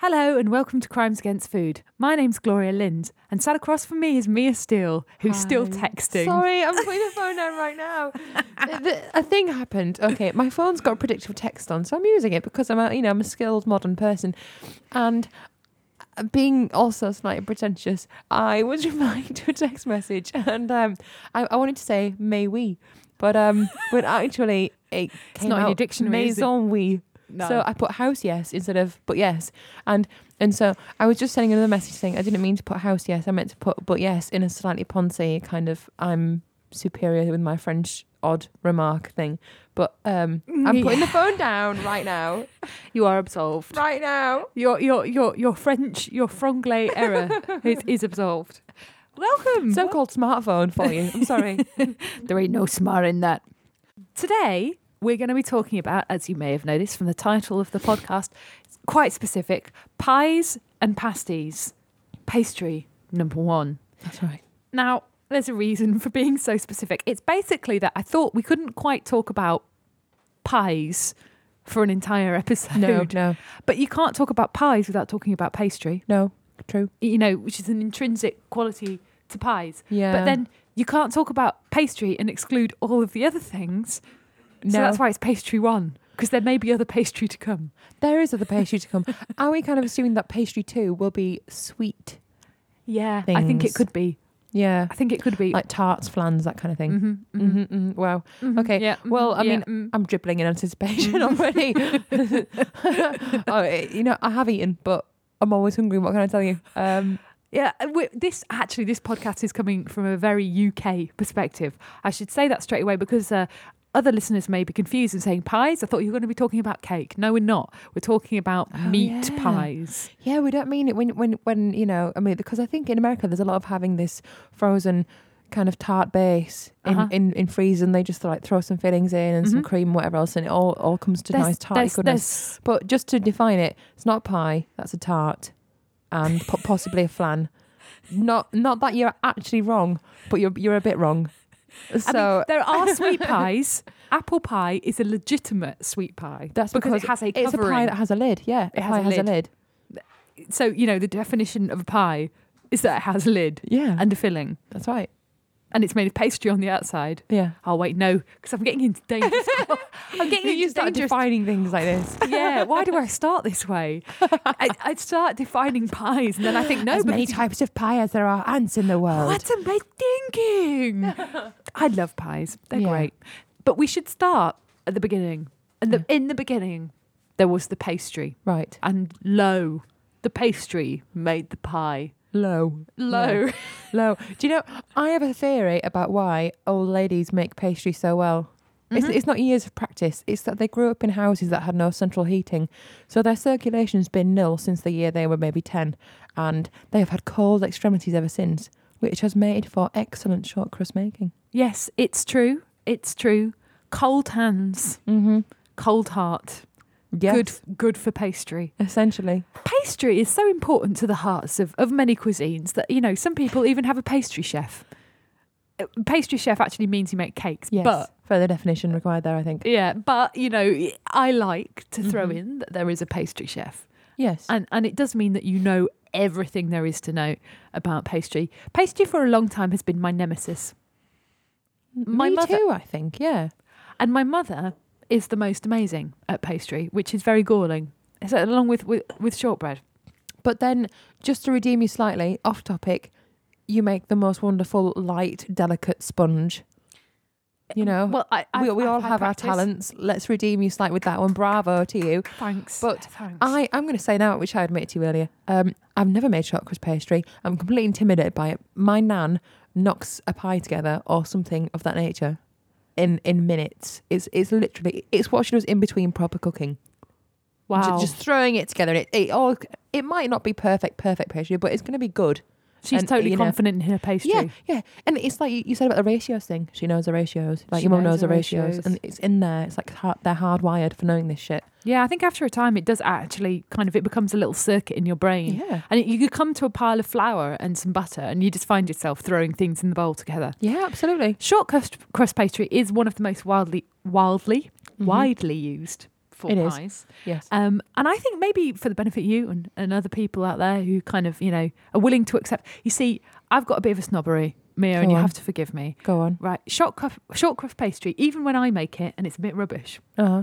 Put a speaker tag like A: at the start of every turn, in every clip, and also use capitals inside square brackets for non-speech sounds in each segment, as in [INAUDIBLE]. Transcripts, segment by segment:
A: Hello and welcome to Crimes Against Food. My name's Gloria Lind, and sat across from me is Mia Steele, who's still texting.
B: Sorry, I'm putting the phone down
A: [LAUGHS]
B: right now. Th- th- a thing happened. Okay, my phone's got predictive text on, so I'm using it because I'm a you know I'm a skilled modern person, and uh, being also slightly pretentious, I was [LAUGHS] replying to a text message, and um, I, I wanted to say may we, but um, but actually it came
A: not in your
B: out
A: dictionary, is it?
B: Maison we.
A: No.
B: So I put house yes instead of but yes, and and so I was just sending another message saying I didn't mean to put house yes, I meant to put but yes in a slightly poncy kind of I'm superior with my French odd remark thing, but um I'm putting the phone down right now,
A: You are absolved.
B: right now.
A: Your your your your French your franglais [LAUGHS] error is, is absolved. Welcome.
B: So called smartphone for you. I'm sorry.
A: There ain't no smart in that. Today, we're going to be talking about, as you may have noticed from the title of the podcast, it's quite specific pies and pasties. Pastry, number one.
B: That's right.
A: Now, there's a reason for being so specific. It's basically that I thought we couldn't quite talk about pies for an entire episode.
B: No, no,
A: But you can't talk about pies without talking about pastry,
B: no. True.
A: you know, which is an intrinsic quality to pies.
B: Yeah.
A: But then you can't talk about pastry and exclude all of the other things.
B: no.
A: So that's why it's pastry one, because there may be other pastry to come.
B: there is other pastry to come. Are we kind of assuming that pastry two will be sweet?
A: Yeah. I think it
B: Things.
A: could be.
B: Yeah.
A: I think it could be.
B: Like tarts, flans, that kind of thing.
A: Mhm, mhm,
B: hmm hmm Wow.
A: mhm,
B: Okay.
A: Yeah.
B: Well, I
A: yeah,
B: mean,
A: mm.
B: I'm dribbling
A: [LAUGHS]
B: in anticipation already. [LAUGHS] oh, eh, you know, I have eaten, but I'm always hungry. What can I tell you? Um,
A: Yeah, uh, we- this actually, this podcast is coming from a very UK perspective. I should say that straight away because uh, other listeners may be confused and saying pies. I thought you were going to be talking about cake. No, we're not. We're talking about
B: Oh,
A: meat
B: yeah.
A: pies.
B: yeah, we don't mean it when, when, when you know, I mean, because I think in America there's a lot of having this frozen kind of tart base in,
A: Uh-huh.
B: in, in freeze and they just like throw some fillings in and some
A: Mhm.
B: cream, whatever else, and it all, all comes to nice tarty
A: there's,
B: goodness.
A: there's-
B: But just to define it, it's not a pie. That's a tart, and po- [LAUGHS] possibly a flan. Not not that you're actually wrong, but you're you're a bit wrong.
A: I mean,
B: So
A: there are [LAUGHS] sweet pies. Apple pie is a legitimate sweet pie.
B: that's
A: because
B: because,
A: it has a
B: it's a pie
A: covering.
B: that has a lid. Yeah,
A: It
B: a
A: has
B: pie
A: a
B: has
A: lid.
B: a lid.
A: So, you know, the definition of a pie is that it has a lid
B: Yeah,
A: and a filling
B: that's right.
A: and it's made of pastry on the outside.
B: Yeah,
A: Oh, wait, no, because I'm getting into dangerous. I'm getting
B: you
A: into
B: you start
A: dangerous
B: defining things like
A: [LAUGHS]
B: this. [LAUGHS]
A: yeah, why do I start this way? I, I'd start defining pies, and then I think no,
B: As
A: but
B: many
A: it's-
B: types [LAUGHS] of pie as there are ants in the world.
A: what am I thinking? [LAUGHS] I love pies; they're
B: Yeah.
A: great. But we should start at the beginning, and the, in the beginning, there was the pastry,
B: Right,
A: and lo, the pastry made the pie.
B: low,
A: Lo,
B: low. Do you know? I have a theory about why old ladies make pastry so well.
A: Mm-hmm.
B: It's, it's not years of practice. It's that they grew up in houses that had no central heating, so their circulation's been nil since the year they were maybe ten, and they have had cold extremities ever since, which has made for excellent short crust making.
A: yes, it's true. It's true. Cold hands,
B: Mm-hmm.
A: cold heart.
B: Yes,
A: Good, good for pastry.
B: essentially.
A: pastry is so important to the hearts of, of many cuisines that you know some people even have a pastry chef Uh, pastry chef actually means you make cakes
B: Yes,
A: but
B: further definition required there, I think.
A: yeah but you know i like to throw
B: Mhm.
A: in that there is a pastry chef
B: Yes,
A: and and it does mean that you know everything there is to know about pastry pastry for a long time has been my nemesis my
B: me
A: mother-
B: too. I think. Yeah.
A: and my mother is the most amazing at pastry which is very galling so along with with, with shortbread
B: But then, just to redeem you slightly, off topic, you make the most wonderful, light, delicate sponge. You know,
A: Uh, Um, well I,
B: we,
A: I've-
B: we all
A: I've had
B: have our
A: practice.
B: talents. Let's redeem you slightly with that one. Bravo to you.
A: thanks
B: But
A: thanks
B: I, I'm going to say now, which I admitted to you earlier, um, I've never made short crust pastry. I'm completely intimidated by it. My nan knocks a pie together or something of that nature in in minutes. It's it's literally it's what she does in between proper cooking. Ju-
A: wow
B: Just throwing it together. And it, it all it might not be perfect, perfect pastry, but it's going to be good.
A: She's
B: and, uh,
A: totally
B: you know-
A: confident in her pastry.
B: Yeah, yeah. And it's like you- you said about the ratios thing. She knows the ratios. Like
A: She
B: your mum
A: knows
B: knows
A: the
B: the ratios.
A: ratios.
B: And it's in there. It's like hard, they're hardwired for knowing this shit.
A: Yeah, I think after a time it does actually kind of it becomes a little circuit in your brain.
B: Yeah.
A: And you could come to a pile of flour and some butter and you just find yourself throwing things in the bowl together.
B: Yeah, absolutely.
A: Short crust, crust pastry is one of the most wildly wildly widely used for
B: Mm-hmm. It is.
A: pies.
B: Yes.
A: Um, and I think maybe for the benefit of you and, and other people out there who kind of, you know, are willing to accept. You see, I've got a bit of a snobbery, Mia, and
B: Go
A: you
B: on.
A: have to forgive me.
B: Go on.
A: Right, shortcrust, shortcrust pastry, even when I make it and it's a bit rubbish,
B: Uh-huh.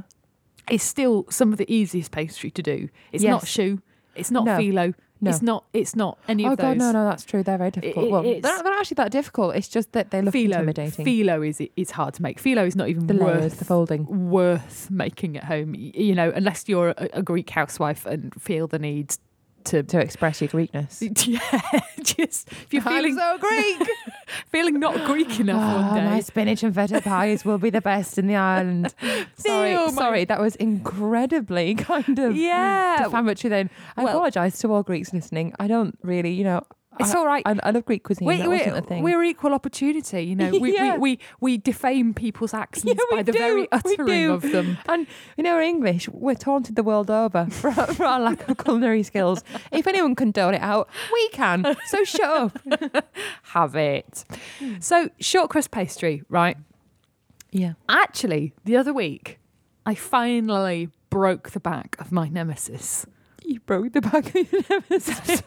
A: is still some of the easiest pastry to do. It's
B: Yes.
A: not shoe, it's not
B: No.
A: phyllo,
B: No.
A: it's not it's not any
B: oh
A: of those.
B: god, no, no, that's true. They're very difficult.
A: it-
B: well, they're
A: it's-
B: not, they're not actually that difficult. It's just that they look
A: phyllo,
B: intimidating.
A: phyllo is it's hard to make. Phyllo is not even
B: the
A: worth
B: layers, the folding.
A: worth making at home. y- You know, unless you're a, a Greek housewife and feel the need [LAUGHS] to
B: To express your Greekness.
A: yeah, just if [LAUGHS] you're feeling
B: so Greek.
A: feeling [LAUGHS] not Greek enough
B: Ah,
A: one day.
B: My spinach and feta pies will be the best in
A: [LAUGHS]
B: the island. sorry,
A: Theo, my-
B: sorry, that was incredibly [LAUGHS] kind of
A: Yeah,
B: defamatory. Then I
A: Well-
B: apologise to all Greeks listening. I don't really, you know,
A: it's
B: I,
A: all right.
B: I, I love Greek cuisine. that wasn't a thing.
A: we're equal opportunity, you
B: [LAUGHS]
A: know. We,
B: Yeah.
A: we, we, we defame people's accents
B: [LAUGHS] Yeah, we
A: by the
B: do,
A: very
B: we
A: uttering
B: do.
A: of them.
B: and you know, we're English. We're taunted the world over [LAUGHS] for our, for our lack of culinary skills. If anyone can dole it out, we can. So shut up.
A: Have it. So shortcrust pastry, right?
B: [LAUGHS] Yeah.
A: Actually, the other week, I finally broke the back of my nemesis.
B: You broke the back of your [LAUGHS] nemesis.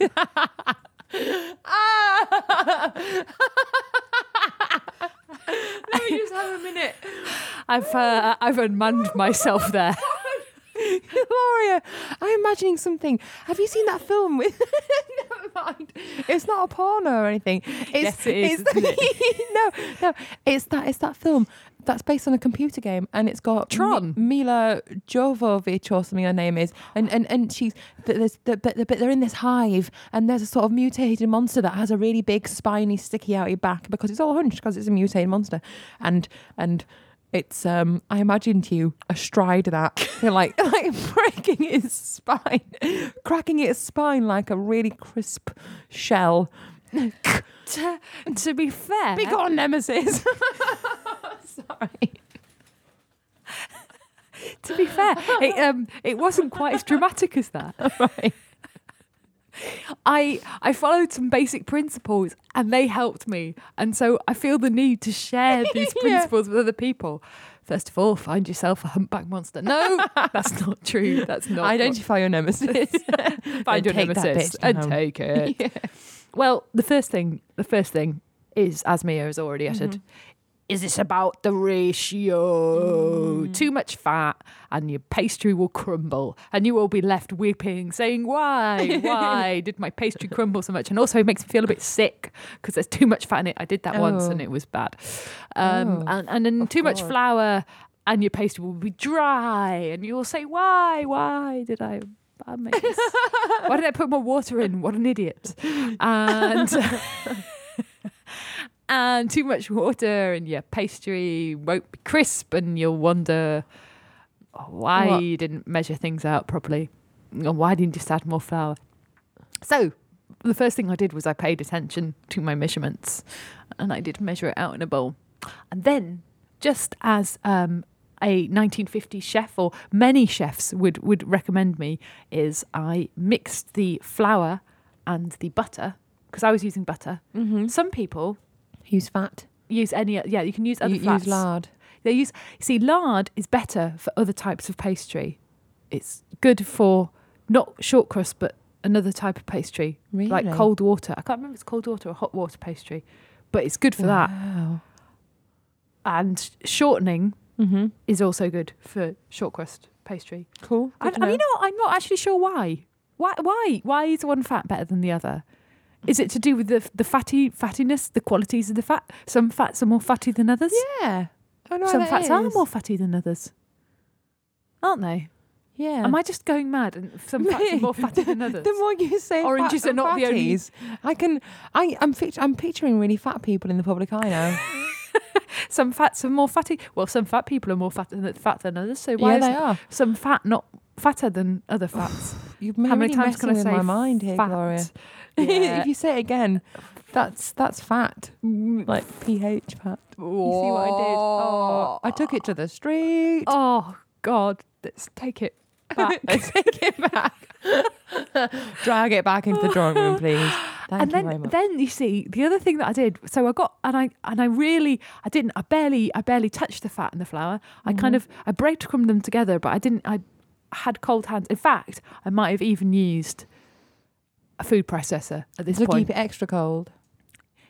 B: Let me just have a minute. [LAUGHS]
A: I've [LAUGHS] uh, I've unmanned myself
B: [LAUGHS]
A: there.
B: Gloria, I'm imagining something. Have you seen that film with. [LAUGHS] Never mind. It's not a porno or anything.
A: Yes,
B: It's,
A: it
B: [LAUGHS]
A: is,
B: It's,
A: isn't
B: no, no. It's that, it's that film that's based on a computer game and it's got Mi-
A: Tron.
B: Mila Jovovich or something her name is. And, and, and she's. But, there's, but, but but they're in this hive and there's a sort of mutated monster that has a really big, spiny, sticky outy back because it's all hunched because it's a mutated monster. And. and it's um I imagined you astride that. [LAUGHS] You're like like breaking his spine, cracking its spine like a really crisp shell.
A: to, to be fair,
B: Big on nemesis. Sorry.
A: to be [LAUGHS] fair, it, um, it wasn't quite as dramatic as [LAUGHS] that.
B: Right.
A: I I followed some basic principles and they helped me. And so I feel the need to share [LAUGHS] these
B: Yeah.
A: principles with other people. First of all, find yourself a humpback monster. No, that's not true. [LAUGHS] That's not.
B: Identify
A: [LAUGHS]
B: your nemesis.
A: what- find your
B: take that
A: nemesis
B: bitch to
A: and
B: home.
A: take it. Well, the first thing, the first thing is, as Mia has already
B: Mm-hmm.
A: uttered, is this about the ratio?
B: Mm.
A: Too much fat, and your pastry will crumble, and you will be left weeping, saying,
B: [LAUGHS]
A: "Why? Why did my pastry crumble so much?" And also, it makes me feel a bit sick because there's too much fat in it. I did that once,
B: Oh.
A: and it was bad. Um,
B: Oh,
A: and and then
B: of
A: too much
B: course.
A: flour, and your pastry will be dry, and you will say, "Why? Why did I?" I make this? Why did I put more water in? What an idiot! And and too much water, and your pastry won't be crisp, and you'll wonder "Oh, why
B: What?
A: you didn't measure things out properly, or why didn't you just add more flour. So the first thing I did was I paid attention to my measurements, and I did measure it out in a bowl, and then just as um, a 1950s chef or many chefs would, would recommend me is I mixed the flour and the butter because I was using butter.
B: Mm-hmm.
A: Some people
B: Use fat.
A: use any yeah you can use other
B: You,
A: flats.
B: use lard.
A: They use see lard is better for other types of pastry. It's good for not short crust but another type of pastry
B: Really?
A: like cold water. I can't remember if it's cold water or hot water pastry, but it's good for that.
B: Wow.
A: And shortening
B: Mm-hmm.
A: is also good for short crust pastry.
B: Cool.
A: I,
B: Good to
A: I- you know, what? I'm not actually sure why. Why? Why? Why is one fat better than the other? Is it to do with the the fatty fattiness, the qualities of the fat? Some fats are more fatty than others.
B: Yeah. I know
A: Some
B: that
A: fats are
B: is.
A: more fatty than others, aren't they?
B: Yeah.
A: Am I just going mad? And some fats
B: [LAUGHS]
A: are more fatty than others.
B: The more you say,
A: Oranges
B: fat
A: are not the only-
B: fatties, I can. I, I'm. Fict- I'm picturing really fat people in the public
A: [LAUGHS]
B: eye now.
A: some fats are more fatty. Well, some fat people are more fat than, fat than others. So why
B: yeah,
A: is
B: they are.
A: some fat not fatter than
B: [SIGHS]
A: other fats?
B: You're
A: How many
B: really
A: times can I
B: messing
A: say
B: with my mind here,
A: fat?
B: Gloria?
A: [LAUGHS] Yeah.
B: [LAUGHS] if you say it again, that's that's fat, like pH fat. You see what I did? Oh, I took it to the street.
A: Oh God, let's take it
B: [LAUGHS]
A: back.
B: I take it back. [LAUGHS] Drag it back into the drawing room, [GASPS] please. Thank
A: and
B: you
A: then,
B: very much.
A: then you see the other thing that I did. So I got and I and I really I
B: Mm.
A: didn't I barely I barely touched the fat and the flour. I kind of I breadcrumbed them together, but I didn't I had cold hands. In fact, I might have even used a food processor at this
B: to
A: point.
B: keep it extra cold.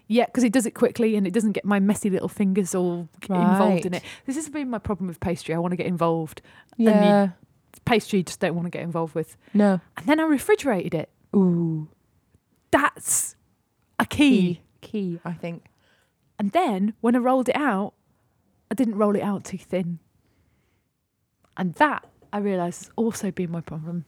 A: Yeah, because it does it quickly and it doesn't get my messy little fingers all g- involved in
B: Right.
A: it. This has been my problem with pastry. I want to get involved. you-
B: Yeah.
A: Pastry you just don't want to get involved with.
B: No.
A: And then I refrigerated it.
B: Ooh.
A: That's a key.
B: Key, I think.
A: And then when I rolled it out, I didn't roll it out too thin. And that I realised has also been my problem.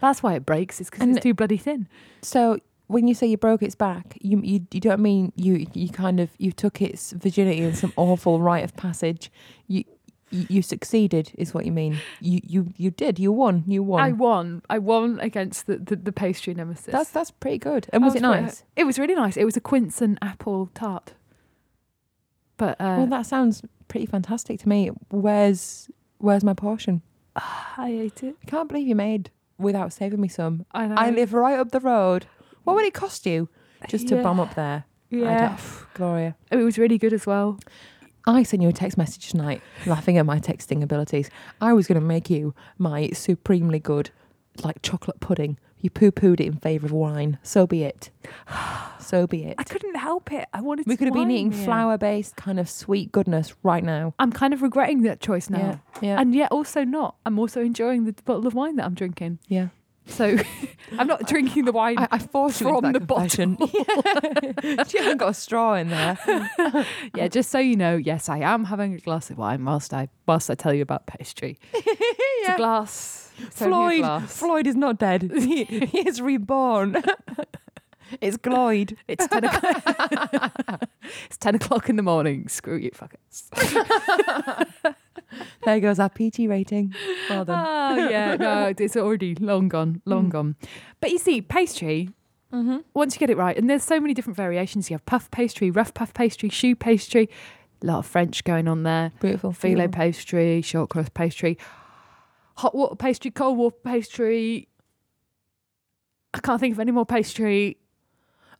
A: That's why it breaks. It's because
B: And-
A: it's too bloody thin.
B: So when you say you broke its back, you you, you don't mean you you kind of you took its virginity in some awful rite of passage. You you, you succeeded is what you mean. You you you did. You won. You won.
A: I won. I won against the, the, the pastry nemesis.
B: that's that's pretty good. And was,
A: I
B: it
A: quite-
B: nice?
A: It was really nice. It was a quince and apple tart. But uh,
B: well, that sounds pretty fantastic to me. Where's where's my portion?
A: [SIGHS] I ate it.
B: I can't believe you made without saving me some.
A: I, know.
B: I live right up the road. What would it cost you just to
A: Yeah.
B: bum up there? I don't-
A: Yeah,
B: Gloria.
A: it was really good as well.
B: I sent you a text message tonight laughing at my texting abilities. I was going to make you my supremely good, like chocolate pudding. You poo pooed it in favour of wine. So be [SIGHS] it. So be it.
A: I couldn't help it. I wanted.
B: We
A: to
B: could have been
A: wine
B: eating
A: me in.
B: flour based kind of sweet goodness right now.
A: I'm kind of regretting that choice now,
B: Yeah. Yeah.
A: and yet also not. I'm also enjoying the bottle of wine that I'm drinking.
B: yeah.
A: So [LAUGHS] I'm not drinking the wine.
B: I, I forced you
A: From
B: into that
A: the
B: confession. [LAUGHS] Yeah. you haven't got a straw in there.
A: yeah, just so you know, yes, I am having a glass of wine whilst I whilst I tell you about pastry. It's a
B: [LAUGHS] Yeah.
A: glass. It's only a
B: Floyd.
A: glass.
B: Floyd is
A: [LAUGHS]
B: not dead. He, he is reborn. [LAUGHS] it's Gloyd.
A: It's ten o'clock. [LAUGHS] it's ten o'clock in the morning. Screw you, fuckers.
B: [LAUGHS] There goes our PG rating. Well done.
A: Oh yeah, [LAUGHS] no, it's already long gone,
B: Mm.
A: long gone. But you see, pastry.
B: Mm-hmm.
A: Once you get it right, and there's so many different variations. You have puff pastry, rough puff pastry, shoe pastry. A lot of French going on there.
B: Beautiful.
A: Filo pastry, short crust pastry, hot water pastry, cold water pastry. I can't think of any more pastry.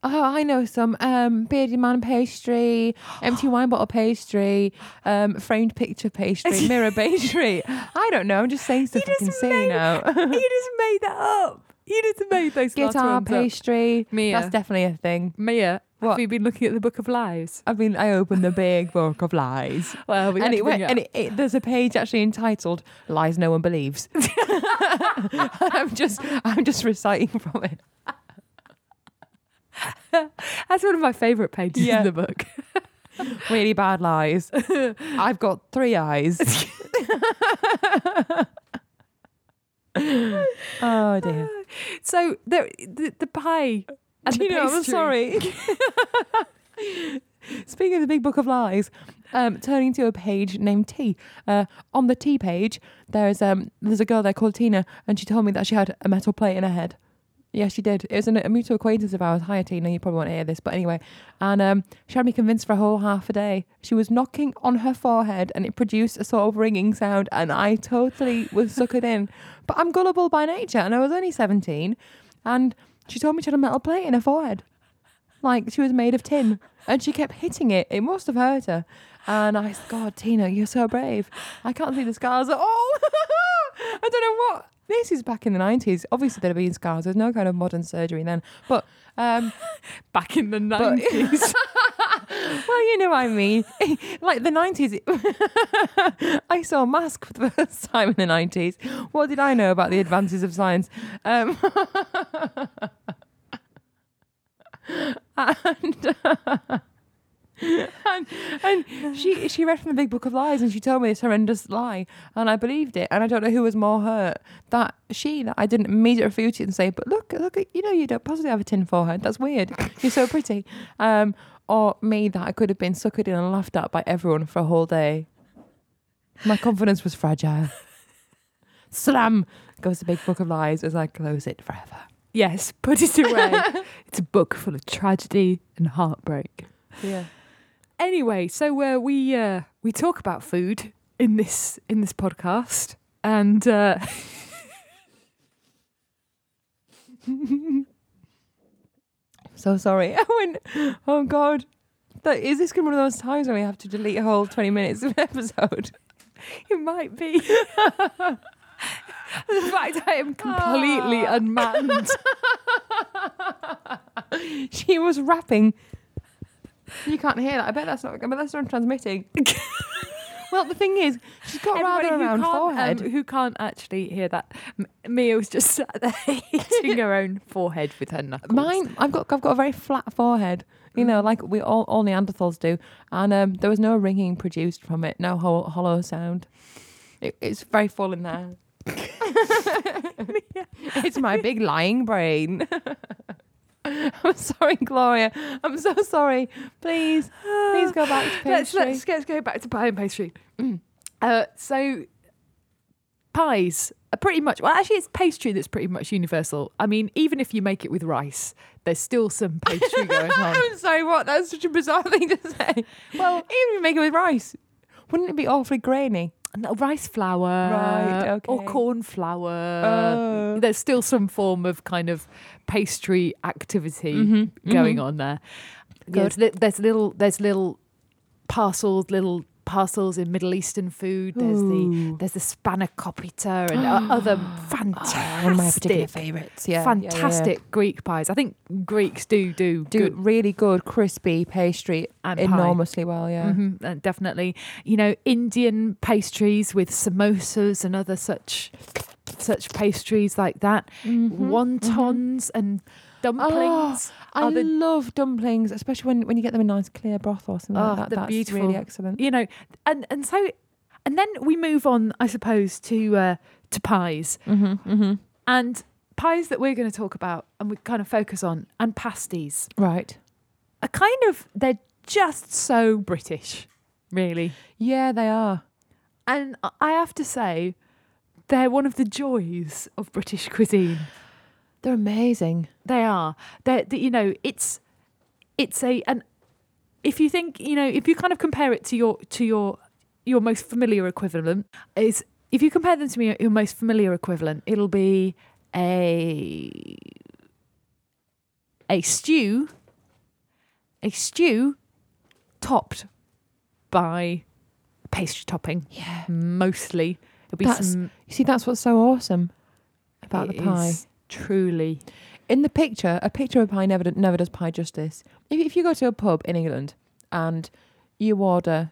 B: Oh, I know some. Um, bearded
A: [GASPS]
B: man pastry, empty wine bottle pastry, um, framed
A: [LAUGHS]
B: picture pastry, mirror pastry. I don't know. I'm just saying stuff
A: You
B: I can
A: just
B: see
A: made- [LAUGHS]
B: [LAUGHS] now.
A: just made that up. You just made those
B: Guitar pastry.
A: Mia.
B: That's definitely a thing.
A: Mia, have
B: What?
A: you been looking at the Book of Lies?
B: I mean, I opened the big book of lies.
A: Well, we had
B: and
A: to
B: it,
A: bring
B: went,
A: it
B: and
A: up.
B: it, it, there's a page actually entitled "Lies No
A: [LAUGHS]
B: One Believes." [LAUGHS] I'm just, I'm just reciting from it.
A: That's one of my favourite pages
B: Yeah.
A: in the book.
B: Really bad lies. I've got
A: [LAUGHS]
B: three eyes.
A: [LAUGHS]
B: oh dear.
A: [LAUGHS] So there, the, the pie [LAUGHS] and
B: Do
A: the
B: you know, I'm
A: pastry.
B: sorry. [LAUGHS] Speaking of the big book of lies, um, turning to a page named T. Uh, on the T page, there's um, there's a girl there called Tina, and she told me that she had a metal plate in her head. Yeah, she did. It was an, a mutual acquaintance of ours. Hi, Tina. You probably won't hear this, but anyway. And um, she had me convinced for a whole half a day. She was knocking on her forehead, and it produced a sort of ringing sound, and I totally was suckered in. But I'm gullible by nature, and I was only 17, and she told me she had a metal plate in her forehead like she was made of tin and she kept hitting it it must have hurt her and i said god tina you're so brave i can't see the scars at all [LAUGHS] i don't know what this is back in the 90s obviously there'd been scars there's no kind of modern surgery then but um
A: Back in the [LAUGHS] 90s.
B: well you know what i mean [LAUGHS] like the 90s it- [LAUGHS] i saw mask for the first time in the 90s what did i know about the advances of science um [LAUGHS] and, [LAUGHS] and and she she read from the big book of lies and she told me this horrendous lie and I believed it and I don't know who was more hurt that she that I didn't immediately refute it and say but look look you know you don't possibly have a tin forehead that's weird [LAUGHS] you're so pretty um or me that I could have been suckered in and laughed at by everyone for a whole day my confidence was fragile slam goes the big book of lies as I close it forever.
A: yes, put it [LAUGHS]
B: [LAUGHS]
A: away. it's a book full of tragedy and heartbreak.
B: Yeah.
A: Anyway, so uh, we uh, we talk about food in this in this podcast, and uh, [LAUGHS]
B: So sorry. [LAUGHS] I went, oh God. That, is this going to be one of those times when we have to delete [LAUGHS] a whole 20 minutes of an episode?
A: it might be. In fact, I am completely
B: Ah. [LAUGHS]
A: unmanned.
B: she was rapping. You can't hear that. I bet that's not. I bet that's not transmitting. [LAUGHS] well, the thing is, she's got
A: Everybody
B: rather a
A: who
B: round
A: can't, um,
B: forehead.
A: who can't actually hear that? M- Mio's just sat there [LAUGHS] hitting her own forehead with her knuckles. [SIGHS]
B: Mine, I've got, I've got a very flat forehead. You know, like we all, all Neanderthals do. And um, there was no ringing produced from it. No hol- hollow sound. It, it's very full in [LAUGHS] there. It's my big lying brain. [LAUGHS] I'm sorry, Gloria. I'm so sorry. Please, please go back
A: [LAUGHS]
B: to
A: let's,
B: pastry.
A: let's, let's go back to pie and pastry. [CLEARS THROAT] Uh, so, pies are pretty much, well, actually, it's pastry that's pretty much universal. I mean, even if you make it with rice, there's still some pastry
B: [LAUGHS]
A: going on.
B: I'm sorry, what? That's such a bizarre [LAUGHS] thing to say. Well, even if you make it with rice, wouldn't it be awfully grainy?
A: No, uh, rice flour
B: Right,
A: or
B: okay.
A: corn flour.
B: Oh.
A: There's still some form of kind of pastry activity
B: Mm-hmm.
A: going on there. There's, li- there's little there's little parcels, little parcels in Middle Eastern food. There's the there's the spanakopita and
B: [GASPS]
A: o- other fantastic
B: Oh, Ah, One of my particular favourites. Yeah. yeah, yeah, yeah.
A: fantastic Greek pies. I think Greeks do do,
B: Do
A: good
B: really good crispy pastry
A: And pie.
B: enormously well, yeah.
A: Mhm, uh, definitely. You know, Indian pastries with samosas and other such such pastries like that,
B: Mm-hmm.
A: Mm-hmm. wontons and dumplings.
B: I
A: Are the-
B: love dumplings, especially when, when you get them in nice clear broth or something
A: Oh,
B: like that.
A: they're
B: That's really
A: beautiful.
B: excellent.
A: You know, and and so and then we move on, I suppose, to uh, to pies
B: Mm-hmm, mm-hmm.
A: and pies that we're going to talk about and we kind of focus on and pasties
B: Right.
A: are kind of they're just so British, really.
B: Yeah, they are.
A: And I have to say, they're one of the joys of British cuisine.
B: They're amazing.
A: They are. They're, they- you know, it's it's a and if you think you know if you kind of compare it to your to your your most familiar equivalent is if you compare them to me your most familiar equivalent, it'll be a a stew a stew topped by pastry topping
B: Yeah.
A: mostly. It'll be
B: That's
A: some
B: You see, that's what's so awesome about
A: it
B: the pie.
A: is Truly,
B: in the picture, a picture of a pie never never does pie justice. If, if you go to a pub in England and you order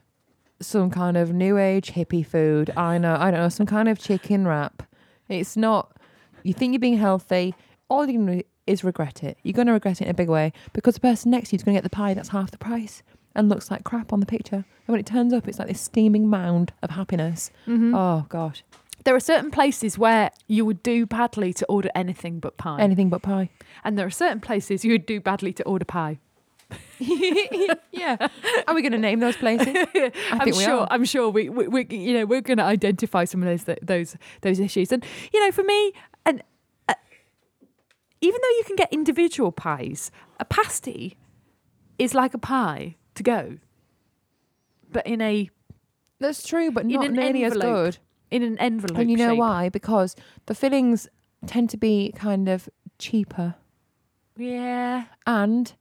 B: some kind of new age hippie food, I know, I don't know, some kind of chicken wrap, it's not. You think you're being healthy. All you can do is regret it. You're going to regret it in a big way because the person next to you is going to get the pie that's half the price and looks like crap on the picture. And when it turns up, it's like this steaming mound of happiness.
A: Mm.
B: Oh gosh,
A: there are certain places where you would do badly to order anything but pie,
B: anything but pie.
A: and there are certain places you would do badly to order pie. [LAUGHS]
B: [LAUGHS] yeah. Are we going to name those places? I
A: I'm
B: think we
A: sure.
B: are.
A: I'm sure we, we, we you know, we're going to identify some of those th- those those issues. And you know, for me, and uh, even though you can get individual pies, a pasty is like a pie to go, but in a
B: That's true, but
A: In
B: not
A: an
B: nearly as
A: envelope.
B: good.
A: in an envelope.
B: And you know
A: shape.
B: why? Because the fillings tend to be kind of cheaper
A: Yeah.
B: and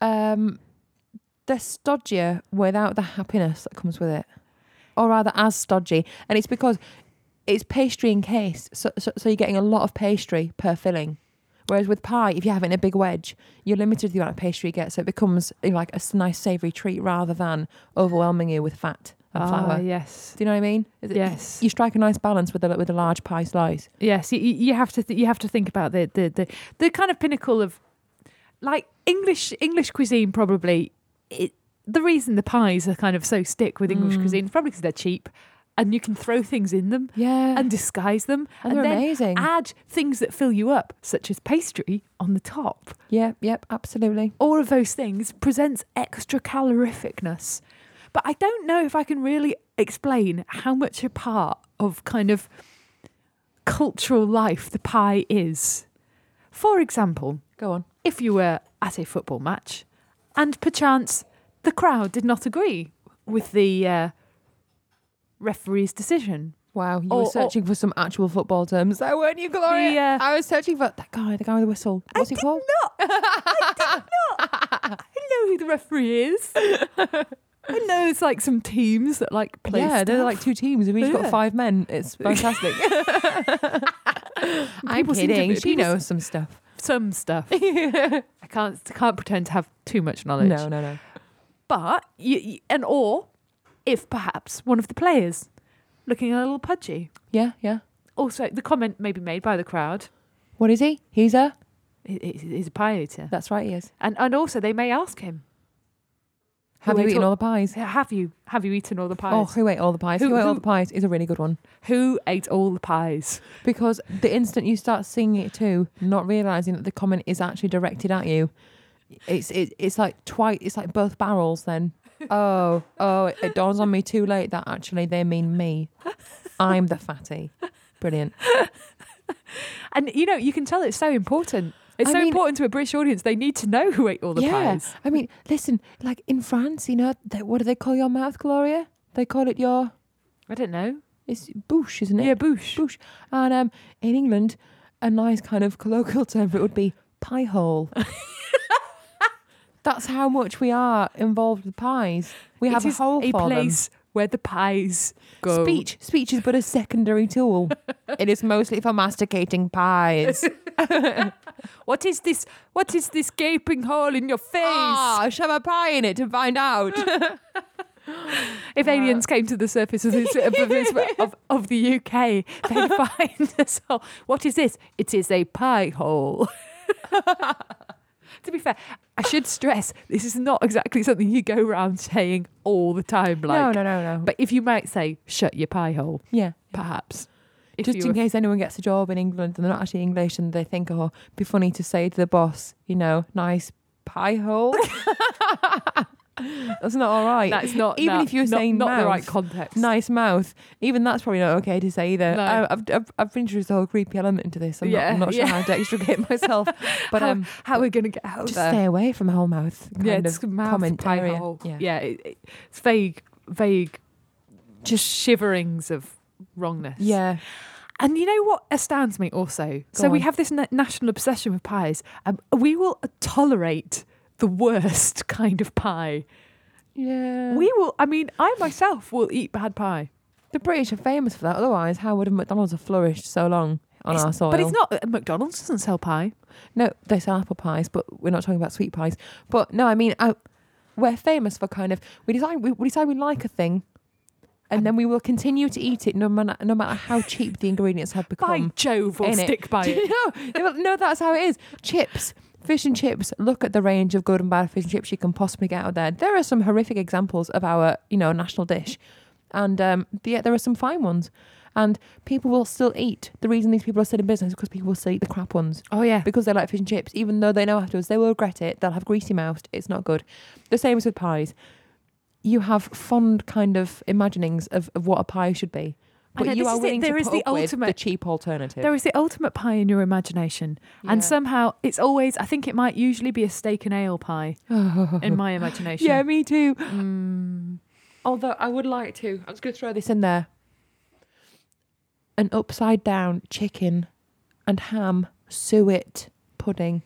B: um, they're stodgier without the happiness that comes with it, or rather, as stodgy. And it's because it's pastry encased, so, so, so you're getting a lot of pastry per filling. Whereas with pie, if you have it in a big wedge, you're limited to the amount of pastry you get, so it becomes you know, like a s- nice savoury treat rather than overwhelming you with fat and flour.
A: Ah, yes.
B: Do you know what I mean? Is it-
A: Yes.
B: you strike a nice balance with a with a large pie slice.
A: Yes, you, you have to th- you have to think about the, the the the kind of pinnacle of like English English cuisine probably. It, the reason the pies are kind of so stick with
B: Mm.
A: English cuisine is probably because they're cheap, and you can throw things in them
B: Yeah,
A: and disguise them,
B: And they're
A: then
B: amazing.
A: add things that fill you up, such as pastry on the top.
B: yep, yep, absolutely.
A: All of those things presents extra calorificness, but I don't know if I can really explain how much a part of kind of cultural life the pie is. For example,
B: Go on.
A: if you were at a football match and perchance the crowd did not agree with the uh, referee's decision.
B: Wow, you
A: Or-
B: were
A: or-
B: searching for some actual football terms, there weren't you, Gloria?
A: The, uh,
B: I was searching for that guy, the guy with the whistle. What's
A: I
B: he
A: did
B: called?
A: not. I did [LAUGHS] not. I know who the referee [LAUGHS] is. I know it's like some teams that like play.
B: [LAUGHS] yeah, they're
A: stuff. [LAUGHS]
B: like two teams. We've each
A: Yeah.
B: got five men. It's fantastic. I'm
A: People seem to
B: kidding.
A: be-
B: She
A: people-
B: knows
A: [LAUGHS]
B: some stuff.
A: Some stuff.
B: no,
A: I can't can't pretend to have too much knowledge.
B: no, no.
A: But you, you- and or if perhaps one of the players looking a little pudgy.
B: Yeah, yeah.
A: Also, the comment may be made by the crowd.
B: What is he? He's a.
A: "He- he- He's a pie eater,
B: That's right. He is.
A: and and also they may ask him,
B: Have
A: Who
B: you
A: ate
B: eaten
A: all-
B: all the pies?
A: "Have you have you eaten all the pies?
B: Oh, who ate all the pies?
A: Who-
B: Who, ate
A: who-
B: all the pies is a really good one
A: Who ate all the pies?"
B: because the instant you start singing it too, not realizing that the comment is actually directed at you, it's it, it's like twice. It's like both barrels. Then oh oh, it, it dawns on me too late that actually they mean me. I'm the fatty. Brilliant.
A: And you know, you can tell it's so important. It's
B: I
A: so
B: mean-
A: important to a British audience. They need to know who ate all the pies.
B: I mean, listen, like in France, you know, they, what do they call your mouth, Gloria? They call it your
A: I don't know.
B: it's bouche, isn't it?
A: Yeah, boosh.
B: bouche. And um, in England, a nice kind of colloquial term for it would be pie [LAUGHS] hole. That's how much we are involved with pies. We have
A: It
B: a
A: is
B: hole
A: a
B: for
A: place where the pies go.
B: them. Speech, speech is but a secondary tool. [LAUGHS] it is mostly for masticating pies.
A: What is this? What is this gaping hole in your face?
B: ah, shove a pie in it to find out. [LAUGHS]
A: if aliens came to the surface of, this, of, [LAUGHS] this- of, of the UK, [LAUGHS] they'd find this hole. What is this? It is a pie hole. [LAUGHS] to be fair, I should stress this is not exactly something you go around saying all the time. Like,
B: no, no, no, no.
A: But if you might say, shut your pie hole,
B: yeah.
A: perhaps. If
B: just
A: you
B: in
A: were-
B: case anyone gets a job in England and they're not actually English and they think, oh, it'd be funny to say to the boss, you know, nice pie hole. [LAUGHS] that's not all right.
A: That's not
B: even
A: that-
B: if you're
A: not-
B: saying
A: not the right
B: mouth,
A: context.
B: Nice mouth. Even that's probably not okay to say either.
A: No.
B: I, I've, I've I've introduced the whole creepy element into this. I'm
A: Yeah,
B: not, I'm not sure
A: yeah.
B: how to extricate [LAUGHS] myself, but
A: how,
B: um,
A: how we're gonna get out
B: just
A: of there?
B: stay away from whole mouth. Kind
A: yeah,
B: of
A: it's mouth
B: comment
A: pie
B: area.
A: hole.
B: Yeah.
A: it, it- it's vague, vague, just shiverings of wrongness.
B: yeah.
A: and you know what astounds me also. so we
B: on.
A: have this na- national obsession with pies. Um, we will tolerate the worst [LAUGHS] kind of pie.
B: Yeah.
A: We will. I mean, I myself will eat bad pie.
B: the British are famous for that. Otherwise, how would a McDonald's have flourished so long on
A: It's-
B: our soil?
A: But it's not. uh, McDonald's doesn't sell pie.
B: No, they sell apple pies, but we're not talking about sweet pies. But no, I mean, I, we're famous for kind of we decide we, we decide we like a thing, and then we will continue to eat it no matter no matter how cheap the ingredients have
A: By [LAUGHS]
B: become.
A: Jove, we'll
B: ain't it?
A: stick by it.
B: [LAUGHS] no, no, that's how it is. Chips, fish and chips. Look at the range of good and bad fish and chips you can possibly get out there. There are some horrific examples of our you know national dish, and um, yeah, there are some fine ones. And people will still eat. The reason these people are still in business is because people will still eat the crap ones
A: Oh yeah.
B: because they like fish and chips, even though they know afterwards they will regret it. They'll have greasy mouths. It's not good. The same as with pies. You have fond kind of imaginings of, of what a pie should be,
A: I know,
B: but you
A: this
B: are
A: is it.
B: willing
A: There
B: to
A: is
B: put
A: the
B: up with the
A: ultimate-
B: cheap alternative.
A: There is the ultimate pie in your imagination.
B: Yeah.
A: And somehow it's always, I think it might usually be a steak and ale pie
B: [SIGHS] [LAUGHS]
A: in my imagination.
B: yeah, me too.
A: Mm.
B: Although I would like to, I'm just going to throw this in there: an upside down chicken and ham suet pudding.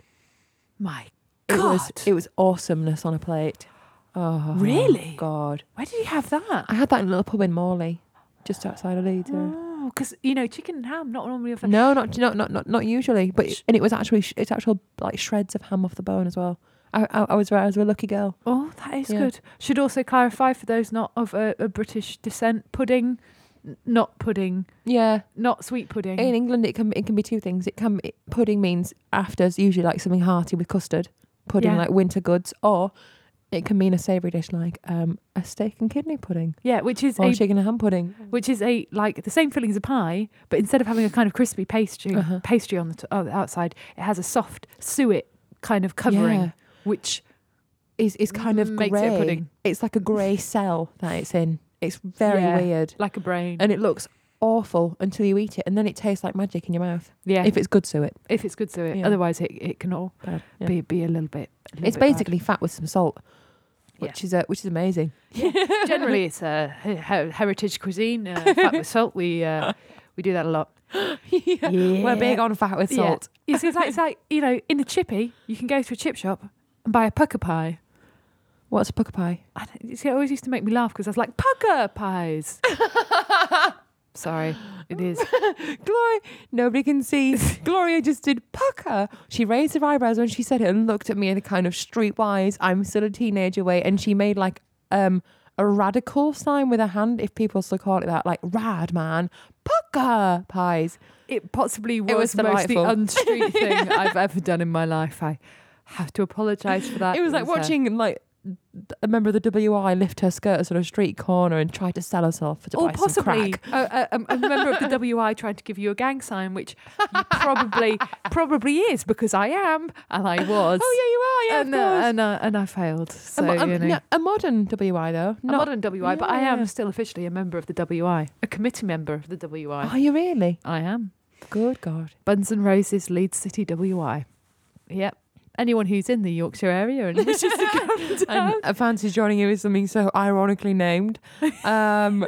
A: My
B: It
A: God.
B: was it was awesomeness on a plate. Oh
A: Really?
B: God.
A: Where did you have that?
B: I had that in a little pub in Morley, just outside of Leeds. yeah.
A: Oh, because, you know, chicken and ham, not normally a thing.
B: No, not not not not, not usually. But
A: Sh-
B: and it was actually sh- it's actual like shreds of ham off the bone as well. I I, I was I was a lucky girl.
A: Oh, that is
B: Yeah.
A: good. Should also clarify for those not of a, a British descent pudding, n- not pudding,
B: Yeah,
A: not sweet pudding.
B: in England it can it can be two things. It can it, pudding means after it's usually like something hearty with custard, pudding
A: Yeah.
B: like winter goods, or it can mean a savoury dish like um a steak and kidney pudding
A: yeah, which is
B: or
A: a,
B: chicken and ham pudding.
A: which is a like the same filling as a pie, but instead of having a kind of crispy pastry
B: Uh-huh.
A: pastry on the, t- on the outside, it has a soft suet kind of covering,
B: Yeah.
A: which
B: Is is kind of
A: Makes it a
B: grey.
A: pudding.
B: It's like a grey cell that it's in. It's very
A: Yeah.
B: weird.
A: like a brain.
B: and it looks awful until you eat it, and then it tastes like magic in your mouth.
A: yeah, if,
B: If it's good to it,
A: it's good to it.
B: Yeah.
A: Otherwise, it, it can all
B: Bad, yeah.
A: be be a little bit. a little
B: it's
A: bit bad.
B: basically fat with some salt,
A: Yeah.
B: which is uh, which is amazing.
A: [LAUGHS]
B: [LAUGHS]
A: generally it's a he- he- heritage cuisine. Uh, fat with salt, we [LAUGHS] uh, we do that a lot.
B: We're big on fat with
A: Yeah.
B: salt.
A: It's, it's like it's like you know, in a chippy, you can go to a chip shop and buy a pucker pie.
B: What's a pucker pie?
A: I don't, you see, it always used to make me laugh because I was like pucker pies. [LAUGHS] Sorry, it is.
B: Gloria, nobody
A: [LAUGHS]
B: can see. Gloria just did pucker. She raised her eyebrows when she said it and looked at me in a kind of streetwise, I'm still a teenager way. And she made like um a radical sign with her hand, if people still call it that, like rad man, pucker pies.
A: It possibly was,
B: It was
A: the most the
B: delightful.
A: unstreet thing I've ever done in my life. I have to apologise for that. uh,
B: it was like
A: her.
B: watching like a member of the WI lift her skirt at sort of street corner and try to sell herself to
A: or
B: buy some
A: Oh, possibly
B: crack.
A: a, a, a member [LAUGHS] of the WI trying to give you a gang sign, which you probably probably is because I am and I was.
B: Oh yeah, you are. Yeah,
A: and,
B: of
A: uh,
B: course.
A: and, uh, and I failed. So
B: a, mo-
A: you
B: um,
A: know,
B: no, a modern WI though.
A: I'm not on WI, but I
B: Yeah.
A: am still officially a member of the WI, a committee member of the WI.
B: Are you really?
A: I am.
B: Good God.
A: Oh, [LAUGHS] Buns and Roses, Leeds City, WI. Yep. Anyone who's in the Yorkshire area and wishes to come down.
B: and I fancy joining you with something so ironically named.
A: [LAUGHS]
B: Um,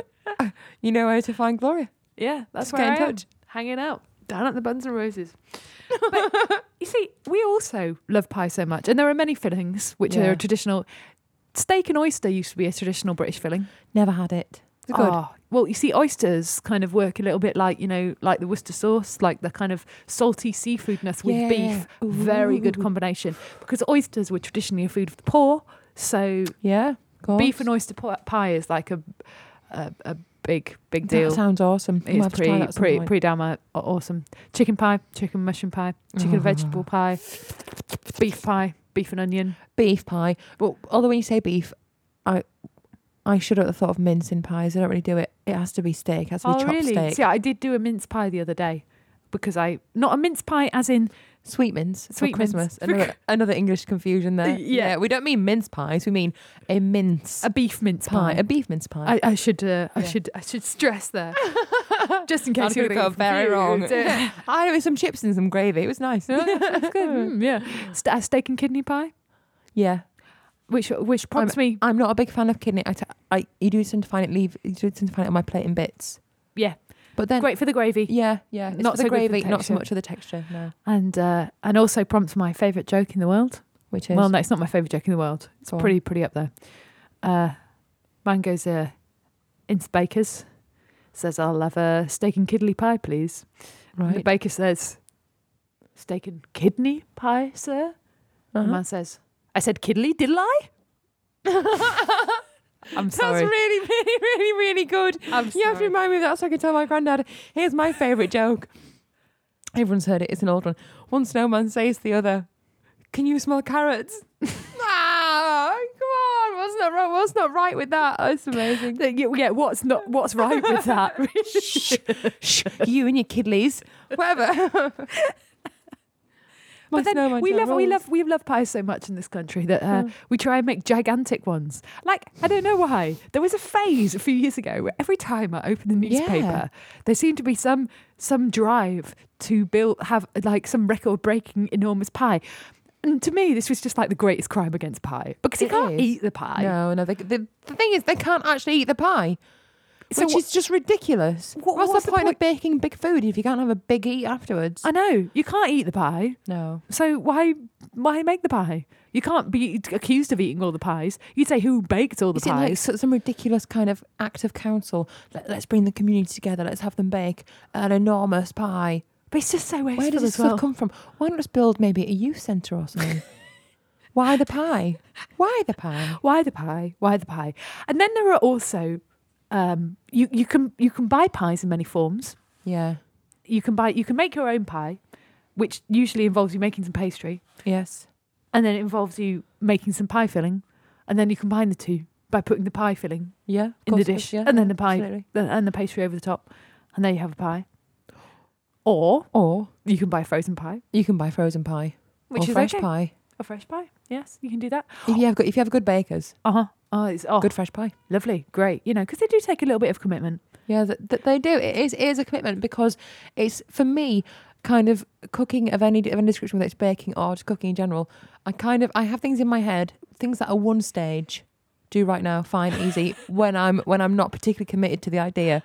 B: you know where to find Gloria.
A: [LAUGHS] Yeah, that's
B: Just
A: where
B: get in
A: I am,
B: touch.
A: Hanging out down at the Buns and Roses.
B: [LAUGHS]
A: But you see, we also love pie so much, and there are many fillings which
B: Yeah.
A: are traditional. Steak and oyster used to be a traditional British filling.
B: Never had it. It's good.
A: Ah, well, you see, oysters kind of work a little bit like you know, like the Worcester sauce, like the kind of salty seafoodness with
B: Yeah.
A: beef. Very good
B: Ooh.
A: combination because oysters were traditionally a food of the poor. So
B: Yeah, of course.
A: beef and oyster po- pie is like a a, a big big
B: That
A: deal.
B: sounds awesome. We'll
A: it's
B: have to try
A: pretty
B: that at some
A: pretty
B: point.
A: pretty damn uh, awesome. Chicken pie, chicken mushroom pie, chicken
B: [LAUGHS] Ah.
A: vegetable pie, beef pie, beef and onion.
B: beef pie. But although when you say beef, I I should have thought of mince in pies. I don't really do it. It has to be steak. It has to
A: Oh,
B: be chopped steak.
A: See, I did do a mince pie the other day because I not a mince pie as in
B: Sweet mince
A: Sweet
B: for
A: mince.
B: Christmas.
A: [LAUGHS]
B: Another, another English confusion there.
A: Uh, [LAUGHS] yeah.
B: we don't mean mince pies. We mean a mince
A: a beef mince
B: pie,
A: pie.
B: a beef mince pie.
A: I, I should uh, I
B: Yeah.
A: should I should stress there
B: [LAUGHS]
A: just in
B: That
A: case you're
B: could
A: gonna
B: go
A: get
B: very wrong.
A: confused. [LAUGHS] Yeah.
B: [LAUGHS] I had it with some chips and some gravy. It
A: [LAUGHS]
B: was nice.
A: That's good.
B: [LAUGHS]
A: Mm, yeah, St- a steak and kidney pie,
B: yeah,
A: which which prompts me.
B: I'm not a big fan of kidney. I, t- I you do tend to find it leave. You do tend to find it on my plate in bits.
A: Yeah.
B: but then
A: Great for the gravy.
B: [LAUGHS] yeah, yeah, it's
A: Not
B: for the
A: so good for
B: gravy, not so
A: texture.
B: much for the texture. No,
A: and uh, and also prompts my favourite joke in the world.
B: which is
A: Well, no, it's not my favourite joke in the world. It's
B: Go on.
A: pretty pretty up there. Uh, man goes uh, into baker's, says, "I'll have a steak and kidney pie, please." And the
B: right.
A: baker says, "Steak and kidney pie, sir." The
B: [LAUGHS] Uh-huh.
A: man says, "I said kidney, diddle I?" [LAUGHS] I'm sorry.
B: That's really, [LAUGHS] really, really, really good.
A: I'm
B: You have to
A: sorry.
B: remind me of that so I can tell my granddad. Here's my favourite joke. Everyone's heard it. It's an old one. One snowman says to the other, "Can you smell carrots?" [LAUGHS] ah, come on. What's not wrong? What's not right with that?
A: [LAUGHS]
B: That's amazing.
A: Yeah, yeah, what's not what's right with that?
B: Shh, shh, you and your kiddlies, whatever. [LAUGHS] My
A: but then
B: snowman
A: we
B: joke
A: love we
B: rules.
A: love we love pies so much in this country that uh,
B: Mm.
A: we try and make gigantic ones. Like I don't know why there was a phase a few years ago where every time I opened the
B: Yeah.
A: newspaper, there seemed to be some some drive to build have like some record breaking enormous pie. And to me, this was just like the greatest crime against pie because you
B: It
A: can't
B: is.
A: eat the pie.
B: No, no. They, the, the thing is, they can't actually eat the pie,
A: So
B: which
A: what-
B: is just ridiculous.
A: What-
B: what's,
A: what's
B: the,
A: the
B: point, of baking big food if you can't have a big eat afterwards?
A: I know you can't eat the pie.
B: no.
A: So why why make the pie? You can't be accused of eating all the pies. You'd say who baked all the
B: Is it like
A: pies?
B: so- some ridiculous kind of act of council? Let, us bring the community together. Let's have them bake an enormous pie.
A: but it's just so wasteful
B: Where does this
A: as well.
B: stuff come from? Why not just build maybe a youth centre or something?
A: [LAUGHS]
B: Why the pie? Why the pie?
A: why the pie why the pie and then there are also um, you, you can you can buy pies in many forms
B: Yeah.
A: you can buy you can make your own pie which usually involves you making some pastry
B: Yes.
A: and then it involves you making some pie filling and then you combine the two by putting the pie filling
B: Yeah. of
A: in the
B: course,
A: dish
B: yeah,
A: and then
B: yeah,
A: the pie
B: absolutely.
A: the, and the pastry over the top and there you have a pie or
B: Or
A: you can buy frozen pie
B: you can buy frozen pie
A: which
B: or
A: is
B: fresh
A: okay.
B: pie.
A: a fresh pie yes you can do that
B: If you have good, if you have good bakers,
A: uh-huh oh it's oh,
B: good fresh pie.
A: lovely great you know because they do take a little bit of commitment
B: Yeah, that, that they do. It is it is a commitment because it's for me kind of cooking of any of any description, whether it's baking or just cooking in general. I kind of I have things in my head, things that are one stage, do right now, fine, easy. [LAUGHS] when I'm when I'm not particularly committed to the idea,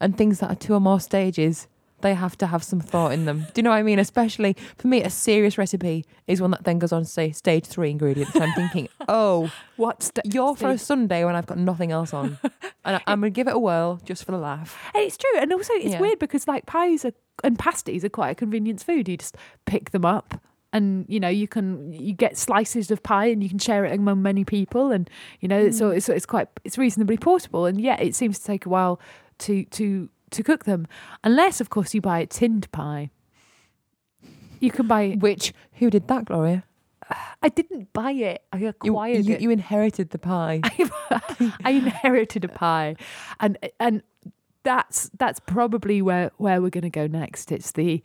B: and things that are two or more stages they have to have some thought in them. Do you know what I mean? Especially for me, a serious recipe is one that then goes on to say stage three ingredients. I'm thinking, [LAUGHS] oh,
A: What's the-
B: you're for a
A: stage-
B: Sunday when I've got nothing else [LAUGHS] on. And I, I'm going to give it a whirl just for the laugh.
A: And it's true, and also it's
B: Yeah.
A: weird because like pies are, and pasties are quite a convenience food. You just pick them up, and you know you can you get slices of pie, and you can share it among many people, and you know
B: Hmm.
A: so it's it's quite it's reasonably portable, and yet it seems to take a while to to to cook them, unless of course you buy a tinned pie. You can buy.
B: Which, who did that, Gloria?
A: I didn't buy it. I
B: You,
A: acquired
B: you,
A: it.
B: you inherited the pie.
A: [LAUGHS] I, I inherited a pie, and and that's that's probably where where we're going to go next. It's the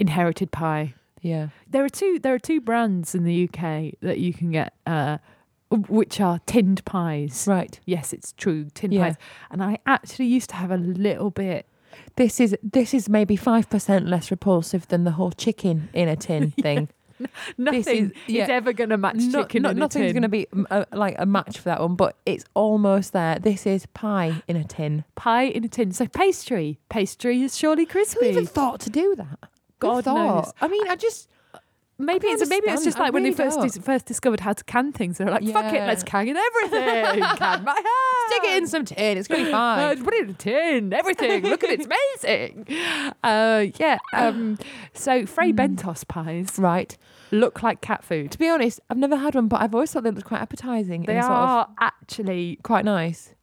A: inherited pie.
B: Yeah.
A: There are two there are two brands in the UK that you can get, uh, which are tinned pies.
B: Right.
A: Yes, it's true, tinned
B: Yeah.
A: pies. And I actually used to have a little bit.
B: This is this is maybe five percent less repulsive than the whole chicken in a [LAUGHS] tin thing.
A: Nothing
B: is-
A: is,
B: yeah.
A: ever going to match
B: No-
A: chicken.
B: no-
A: in a
B: nothing's
A: tin.
B: going to be um, a, like a match for that one, but it's almost there. This is pie in a tin.
A: pie in a tin. So pastry, pastry is surely
B: Who
A: crispy.
B: even thought to do that?
A: God
B: thought.
A: knows.
B: I mean, I just
A: Maybe
B: I
A: it's maybe it's
B: understand.
A: just
B: I
A: like when they
B: really
A: first
B: don't.
A: dis- first discovered how to can things. They're like, fuck it,
B: Yeah.
A: let's can in everything.
B: [LAUGHS]
A: can my hair.
B: stick it in some tin. It's [LAUGHS] going to be
A: Uh,
B: fine.
A: put it in a tin. Everything. Look at it. It's amazing. [LAUGHS] Uh, yeah. Um, so Frey
B: Hmm.
A: Bentos pies
B: Right.
A: look like cat food.
B: To be honest, I've never had one, but I've always thought they looked quite appetising.
A: They
B: and sort of
A: are actually
B: quite nice.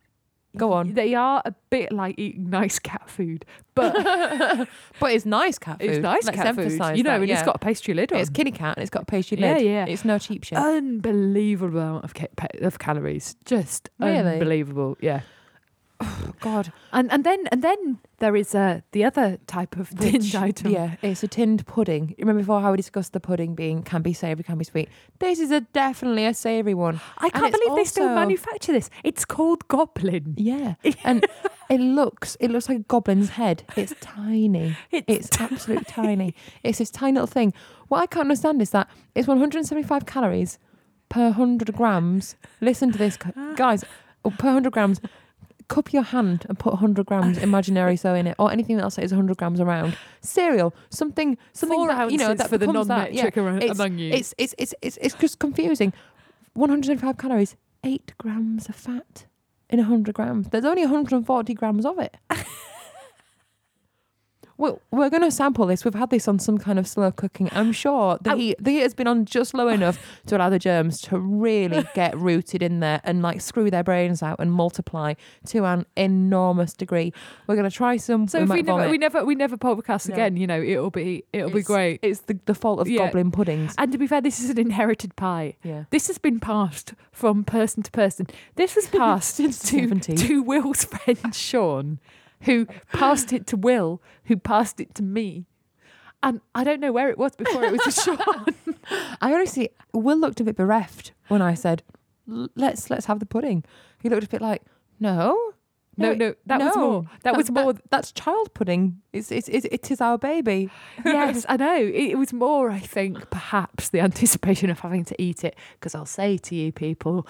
B: Go on.
A: They are a bit like eating nice cat food,
B: [LAUGHS]
A: but
B: But it's nice cat food.
A: it's nice
B: Let's
A: cat food.
B: emphasise
A: You know,
B: that,
A: and
B: yeah.
A: it's got a pastry lid on.
B: it's kitty cat and it's got a pastry
A: Yeah,
B: lid.
A: yeah.
B: It's no cheap shit.
A: unbelievable amount of ca- pa- of calories. Just
B: Really?
A: unbelievable. Yeah.
B: [LAUGHS] God.
A: And and then and then there is uh, the other type of tinned
B: Which-
A: item.
B: Yeah, it's a tinned pudding. Remember before how we discussed the pudding being can be savoury, can be sweet. This is a definitely a savoury one.
A: I can't
B: it's
A: believe they still
B: also-
A: manufacture this. It's called Goblin.
B: [GASPS] Yeah, and it looks it looks like a goblin's head. It's tiny. [LAUGHS]
A: It's
B: It's absolutely tiny. It's this tiny little thing. What I can't understand is that it's 175 calories per 100 grams. Listen to this, gu- guys. Oh, Per 100 grams, cup your hand and put
A: [LAUGHS]
B: 100 grams imaginary so in it, or anything else that is 100 grams around. Cereal, something, something
A: Four
B: that, you know
A: ounces
B: that
A: for the
B: becomes that, yeah.
A: non-metric around-
B: It's-
A: among you.
B: It's it's it's it's it's just confusing. 175 calories, eight grams of fat in 100 grams. There's only 140 grams
A: [LAUGHS]
B: of it. Well, we're going to sample this. We've had this on some kind of slow cooking. I'm sure the
A: I-
B: heat, the heat has been on just low enough to allow the germs
A: [LAUGHS]
B: to really get rooted in there and like screw their brains out and multiply to an enormous degree. We're going to try some.
A: So
B: we
A: if
B: might
A: we never,
B: vomit.
A: we never we never podcast
B: No.
A: again, you know, it'll be it'll be
B: It's-
A: great.
B: It's the, the fault of
A: Yeah.
B: goblin puddings.
A: And to be fair, this is an inherited pie.
B: Yeah.
A: This has been passed from person to person. This [LAUGHS] was passed
B: Since the
A: to,
B: 70s.
A: to Will's friend Sean, who passed it to Will, who passed it to me. And I don't know where it was before it was to [LAUGHS] Sean.
B: I honestly, Will looked a bit bereft when I said, "L- "Let's let's have the pudding." He looked a bit like, "No,
A: No,
B: it-
A: no, that was more. That was more-
B: that's child pudding. It's, it's it's it is our baby."
A: yes, I know. It, it was more, I think, perhaps the anticipation of having to eat it. Because I'll say to you people,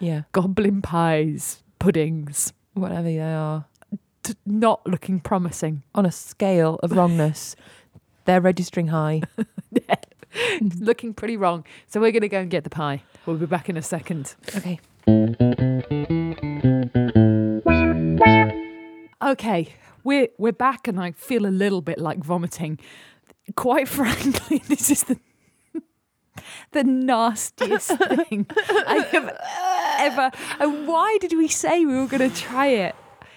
B: Yeah,
A: goblin pies, puddings,
B: whatever they are,
A: t- not looking promising. [LAUGHS]
B: on a scale of wrongness, [LAUGHS] they're registering
A: [LAUGHS]
B: high.
A: looking pretty wrong. So we're going to go and get the pie. We'll be back in a second.
B: Okay.
A: Okay, we're we're back, and I feel a little bit like vomiting. Quite [LAUGHS] frankly, this is the [LAUGHS] the
B: [LAUGHS]
A: nastiest thing I have ever. And why did we say we were going to try it?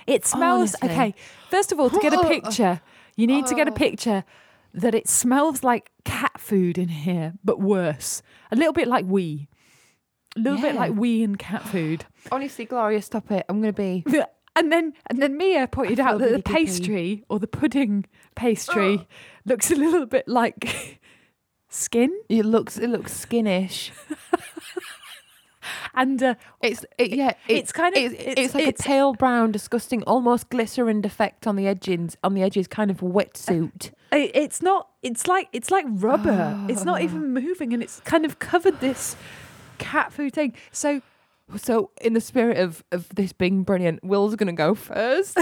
A: It smells
B: Honestly. Uh.
A: okay. First of all, to get
B: [GASPS]
A: a picture, you need to get a picture that it smells like cat food in here, but worse. A little bit like wee. A little bit
B: Yeah.
A: like wee and cat food.
B: Honestly, Gloria, stop it. I'm going to be.
A: The- and then and then Mia pointed out
B: feel
A: that
B: really
A: the
B: gippy.
A: pastry or the pudding pastry looks a little bit like skin
B: It looks it looks skinnish.
A: and uh,
B: It's it, yeah.
A: it's kind of-
B: it's, it's,
A: it's-
B: like
A: it's-
B: a pale brown, disgusting, almost glycerin effect on the edges. On the edges, kind of wetsuit.
A: i- it's not it's like it's like
B: Ah.
A: rubber. It's not even moving and it's kind of covered this cat food thing. So
B: So, in the spirit of, of this being brilliant, Will's going to go [LAUGHS] first.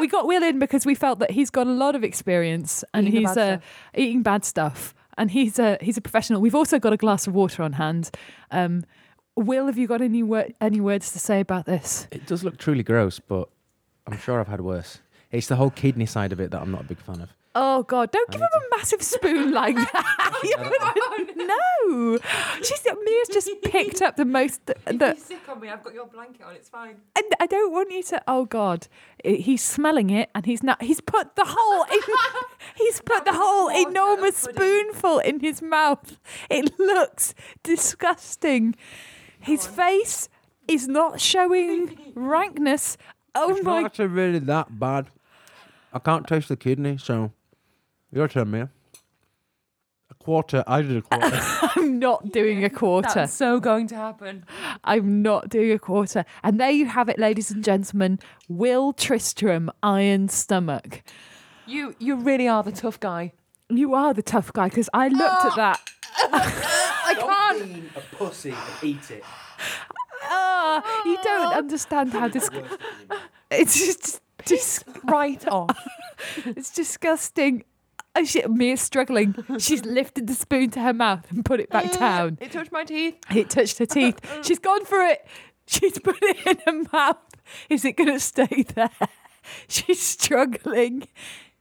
A: we got Will in because we felt that he's got a lot of experience and
B: Eating the
A: he's
B: bad
A: uh, eating bad stuff and he's a he's a professional. We've also got a glass of water on hand. Um, Will, have you got any wor- any words to say about this?
C: It does look truly gross, but I'm sure I've had worse. It's the whole kidney side of it that I'm not a big fan of.
A: Oh God! Don't
C: I
A: give
C: need
A: him a massive spoon like
B: [LAUGHS]
A: that. You wouldn't- no, she's Mia's just picked up the most. The, the,
B: sick on me. I've got your blanket on. It's [LAUGHS] fine.
A: and I don't want you to. Oh God, I- he's smelling it, and he's not. He's put the whole. en- he's put the whole
B: Water
A: enormous
B: pudding.
A: spoonful in his mouth. It looks disgusting. His face is not
B: [LAUGHS]
A: showing rankness. Oh
C: it's
A: my!
C: not actually really that bad. I can't taste the kidney, so your turn, Mia. A quarter. I did a quarter.
A: I'm not doing a quarter.
B: That's so going to happen.
A: I'm not doing a quarter. And there you have it, ladies and gentlemen. Will Tristram, Iron Stomach.
B: You you really are the tough guy.
A: You are the tough guy because I looked at that.
C: [LAUGHS]
B: I can't.
C: being a pussy and eat it.
A: Ah, you don't understand how dis- [LAUGHS] it's just dis-
B: Right
C: [LAUGHS]
B: off.
A: it's disgusting. Oh, shit, Mia's struggling. She's lifted the spoon to her mouth and put it
C: [LAUGHS]
A: back down.
B: It touched my teeth.
A: It touched her teeth. She's gone for it. She's put it in her mouth. Is it going to stay there? She's struggling.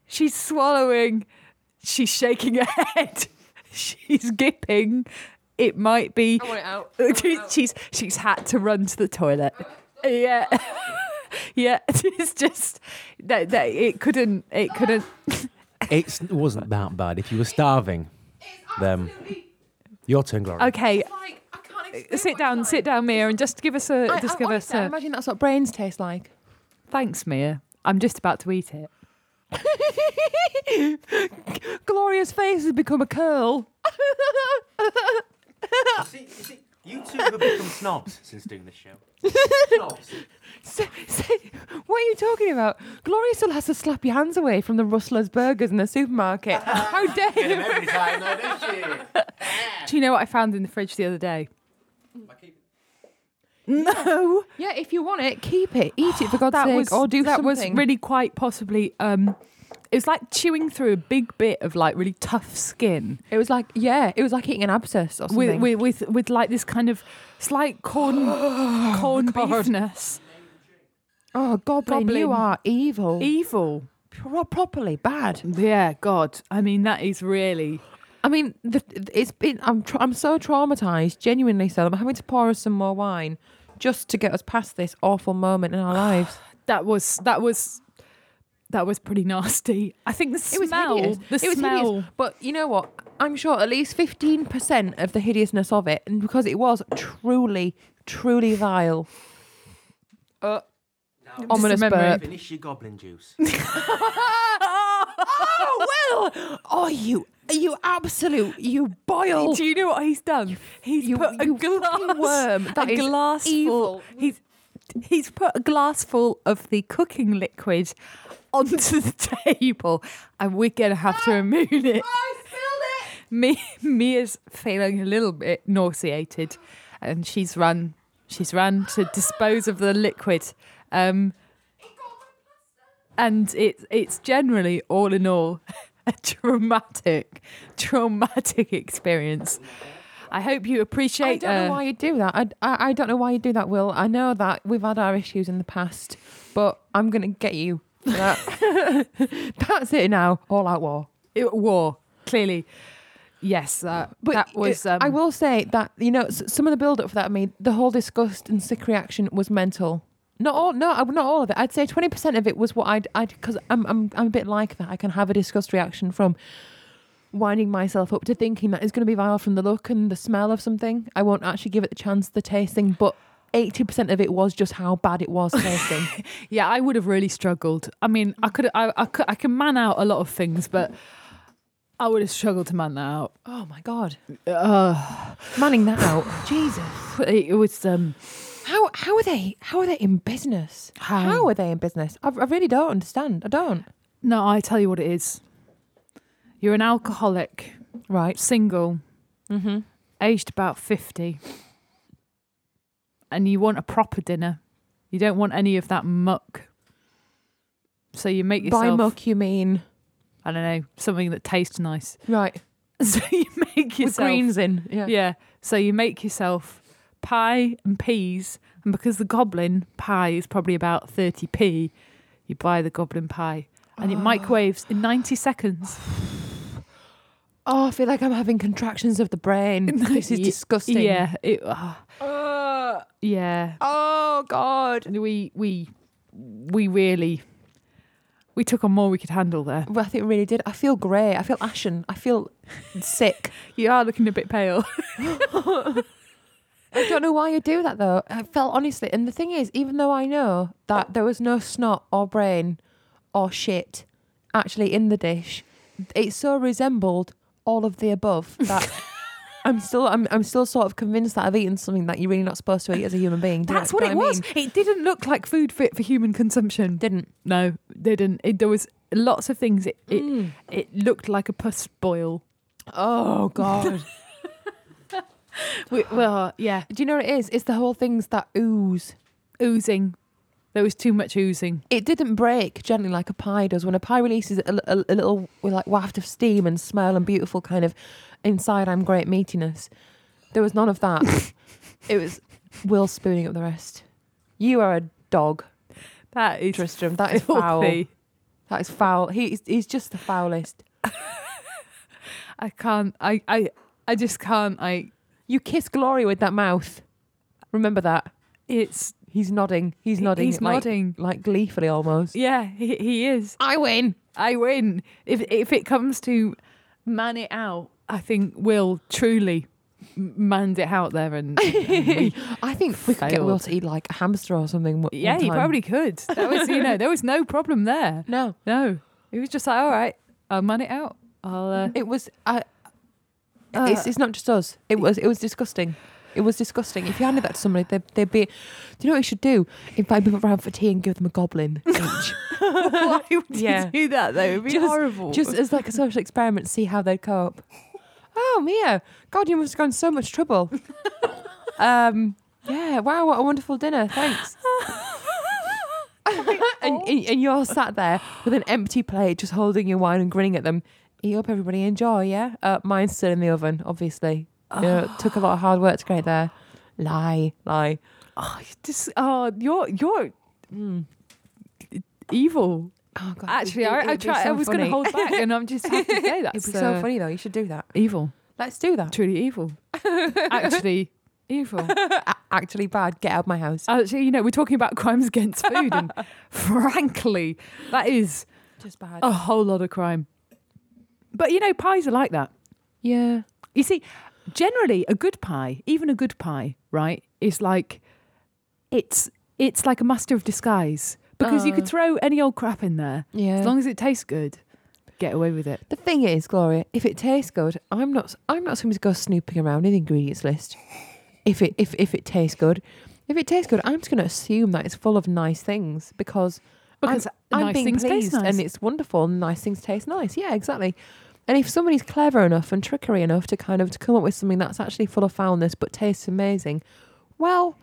A: She's swallowing. She's shaking her head. She's gipping. It might be. [LAUGHS]
B: I want it [LAUGHS] out.
A: she's she's had to run to the toilet. Yeah. [LAUGHS] Yeah, [LAUGHS] it's just that, that it couldn't it couldn't
C: [LAUGHS] It's, it wasn't that bad. If you were starving, them. Your turn, Gloria.
A: Okay,
B: Like, I can't
A: sit down, sit down Mia and just give us a
B: I,
A: just
B: I,
A: give us
B: honestly, I
A: a
B: imagine that's what brains taste [LAUGHS] like.
A: Thanks, Mia. I'm just about to eat it. [LAUGHS]
B: Gloria's face has become a curl.
C: You see, you see, you two have become snobs since doing this show.
A: [LAUGHS]
C: Snobs.
B: Say- say- what are you talking about? Gloria still has to slap your hands away from the Rustler's burgers in the supermarket. How dare you?
C: Every time, though,
A: [LAUGHS]
C: don't
A: Um, Do you know what I found in the fridge the other day?
C: you?
A: No,
B: [LAUGHS] Yeah, if you want it, keep it, eat [GASPS] it for God's
A: that
B: sake,
A: was
B: or do
A: that
B: something.
A: was really quite possibly. Um, it was like chewing through a big bit of like really tough skin
B: it was like yeah, it was like eating an abscess or
A: with
B: something.
A: with, with with like this kind of slight [GASPS] corn corn beefness.
B: oh goblin,
A: Goblin.
B: you are evil,
A: Evil.
B: Pro- properly bad.
A: Yeah, God. I mean, that is really.
B: I mean, the, it's been. I'm tra- I'm so traumatized, genuinely. So I'm having to pour us some more wine just to get us past this awful moment [SIGHS] in our lives.
A: That was that was. That was pretty nasty. I think the
B: It was
A: smell,
B: hideous.
A: the
B: it was
A: smell,
B: hideous. But you know what? I'm sure at least 15% of the hideousness of it, and because it was truly, truly vile. Uh, Ominous
A: a memory. [LAUGHS]
B: burp.
C: Finish your goblin juice.
B: oh, Will! Oh, you, you absolute, you boil.
A: Do you know what he's done? He's
B: You-
A: put a
B: you fucking
A: glass
B: worm. That
A: a
B: is
A: glass
B: evil.
A: Full, he's he's put a glass full of the cooking liquid onto the [LAUGHS] table, and we're gonna have to remove it. Me Mia's feeling a little bit nauseated, and she's run. She's run to dispose of the liquid. Um, and it's it's generally all in all [LAUGHS] a traumatic, traumatic experience. I hope you appreciate.
B: I don't know
A: uh,
B: why you do that. I, I, I don't know why you do that, Will. I know that we've had our issues in the past, but I'm going to get you.
A: [LAUGHS]
B: for that. [LAUGHS] That's it now. All out war.
A: it, war clearly. Yes, uh, but that was.
B: uh,
A: Um,
B: I will say that you know s- some of the build up for that. I mean, the whole disgust and sick reaction was mental. Not all, no, I- not all of it. I'd say twenty percent of it was what I'd, I'd, because I'm, I'm, I'm a bit like that. I can have a disgust reaction from winding myself up to thinking that it's going to be vile from the look and the smell of something. I won't actually give it the chance, the tasting, but. 80% of it was just how bad it was tasting.
A: Yeah, I would have really struggled. I mean, I could, I, I could, I can man out a lot of things, but I would have struggled to man that out.
B: oh my God.
A: Uh,
B: Manning that out. Jesus.
A: it was. Um,
B: How, how are they? How are they in business?
A: How?
B: how are they in business? I, I really don't understand. I don't.
A: no, I tell you what it is. You're an alcoholic,
B: Right.
A: single,
B: Mm-hmm.
A: aged about fifty, and you want a proper dinner. You don't want any of that muck. So you make yourself
B: By muck, you mean
A: I don't know, something that tastes nice.
B: right?
A: [LAUGHS] So you make
B: With
A: yourself
B: greens in, yeah.
A: Yeah. So you make yourself pie and peas, and because the goblin pie is probably about 30p, you buy the goblin pie and it
B: Oh.
A: microwaves in 90
B: [SIGHS]
A: seconds.
B: Oh, I feel like I'm having contractions of
A: [LAUGHS]
B: the brain. this is
A: Ye-
B: disgusting.
A: Yeah. It, ah,
B: Ugh.
A: yeah.
B: oh God.
A: And We we we really we took on more we could handle there.
B: Well, I think it really did. I feel grey. I feel ashen. I feel sick.
A: You are looking a bit
B: [LAUGHS]
A: pale.
B: I don't know why you do that though. I felt honestly, and the thing is, even though I know that there was no snot or brain or shit actually in the dish, it so resembled all of the above
A: [LAUGHS]
B: that I'm still I'm, I'm still sort of convinced that I've eaten something that you're really not supposed to eat as a human being. Do you
A: That's
B: know-
A: what
B: do
A: it
B: you know I
A: was.
B: mean?
A: It didn't look like food fit for human consumption.
B: Didn't.
A: No, they didn't. It, there was lots of things. It it,
B: Mm.
A: it looked like a pus boil. [LAUGHS]
B: Oh God.
A: We,
B: Uh-huh.
A: well, yeah,
B: do you know what it is? It's the whole things that ooze.
A: oozing. There was too much oozing.
B: It didn't break gently like a pie does. When a pie releases a, a, a little like waft of steam and smell and beautiful kind of inside I'm great meatiness, there was none
A: [LAUGHS]
B: of that. it was Will spooning up the rest. You are a dog,
A: That is
B: Tristram.
A: [LAUGHS]
B: That is foul.
A: filthy.
B: That is foul. He is, he's just the foulest.
A: I can't. I I I just can't. I.
B: You kiss glory with that mouth. Remember that.
A: It's
B: He's nodding. He's nodding.
A: He's
B: like,
A: nodding.
B: like gleefully almost.
A: Yeah, he, he is.
B: I win.
A: I win. If if it comes to man it out, I think Will truly m- manned it out there and. and
B: [LAUGHS]
A: we-
B: I think we could get Will to eat like a hamster or something. one-
A: yeah,
B: one
A: he
B: time.
A: probably could. That was
B: [LAUGHS]
A: you know there was no problem there.
B: no.
A: No, he was just like, all right, I'll man it out. I'll. Uh,
B: It was. I
A: Uh,
B: it's, it's not just us. It was. It was disgusting. It was disgusting. If you handed that to somebody, they'd, they'd be. Do you know what you should do? Invite people around for tea and give them
A: [LAUGHS]
B: a goblin each,
A: why would
B: Yeah.
A: you do that though? It'd be
B: Just-
A: horrible. [LAUGHS]
B: just as like a social experiment, see how they'd cope. Oh, Mia! God, you must have gone so
A: [LAUGHS]
B: much trouble. um. Yeah. Wow. What a wonderful
A: [LAUGHS]
B: dinner. Thanks. and, and and you're sat there with an empty plate, just holding your wine and grinning at them. Eat up, everybody. Enjoy. Yeah. Uh, mine's still in the oven, obviously.
A: oh.
B: You know,
A: [SIGHS]
B: it
A: Ah.
B: took a lot of hard work to get there. Lie, lie.
A: Oh, you just oh, you're you're evil.
B: Oh god.
A: Hmm. Actually,
B: it'd be-
A: I, I
B: it'd be
A: tried. I
B: so
A: was going to
B: funny.
A: hold back, and I'm just have to [LAUGHS] say that.
B: It'd be so funny though. You should do that.
A: Evil,
B: Let's do [LAUGHS] that.
A: truly evil. [LAUGHS] Actually, [LAUGHS] evil.
B: A- Actually, bad. Get out of my house.
A: [LAUGHS] Actually, you know, we're talking about crimes against food, [LAUGHS] and frankly, that is
B: Just bad.
A: a whole lot of crime. But you know, pies are like that.
B: Yeah.
A: You see, generally a good pie, even a good pie, right, is like it's it's like a master of disguise because you
B: Uh.
A: could throw any old crap in there
B: Yeah.
A: as long as it tastes good. Get away with it.
B: the thing is, Gloria, if it tastes good, I'm not. I'm not someone to go snooping around in the ingredients list. If it if if it tastes good, if it tastes good, I'm just going to assume that it's full of nice things because
A: Because
B: I'm,
A: nice
B: I'm being
A: things taste
B: pleased
A: nice.
B: and it's wonderful and nice things taste nice. Yeah, exactly. And if somebody's clever enough and trickery enough to kind of to come up with something that's actually full of foulness but tastes amazing, well,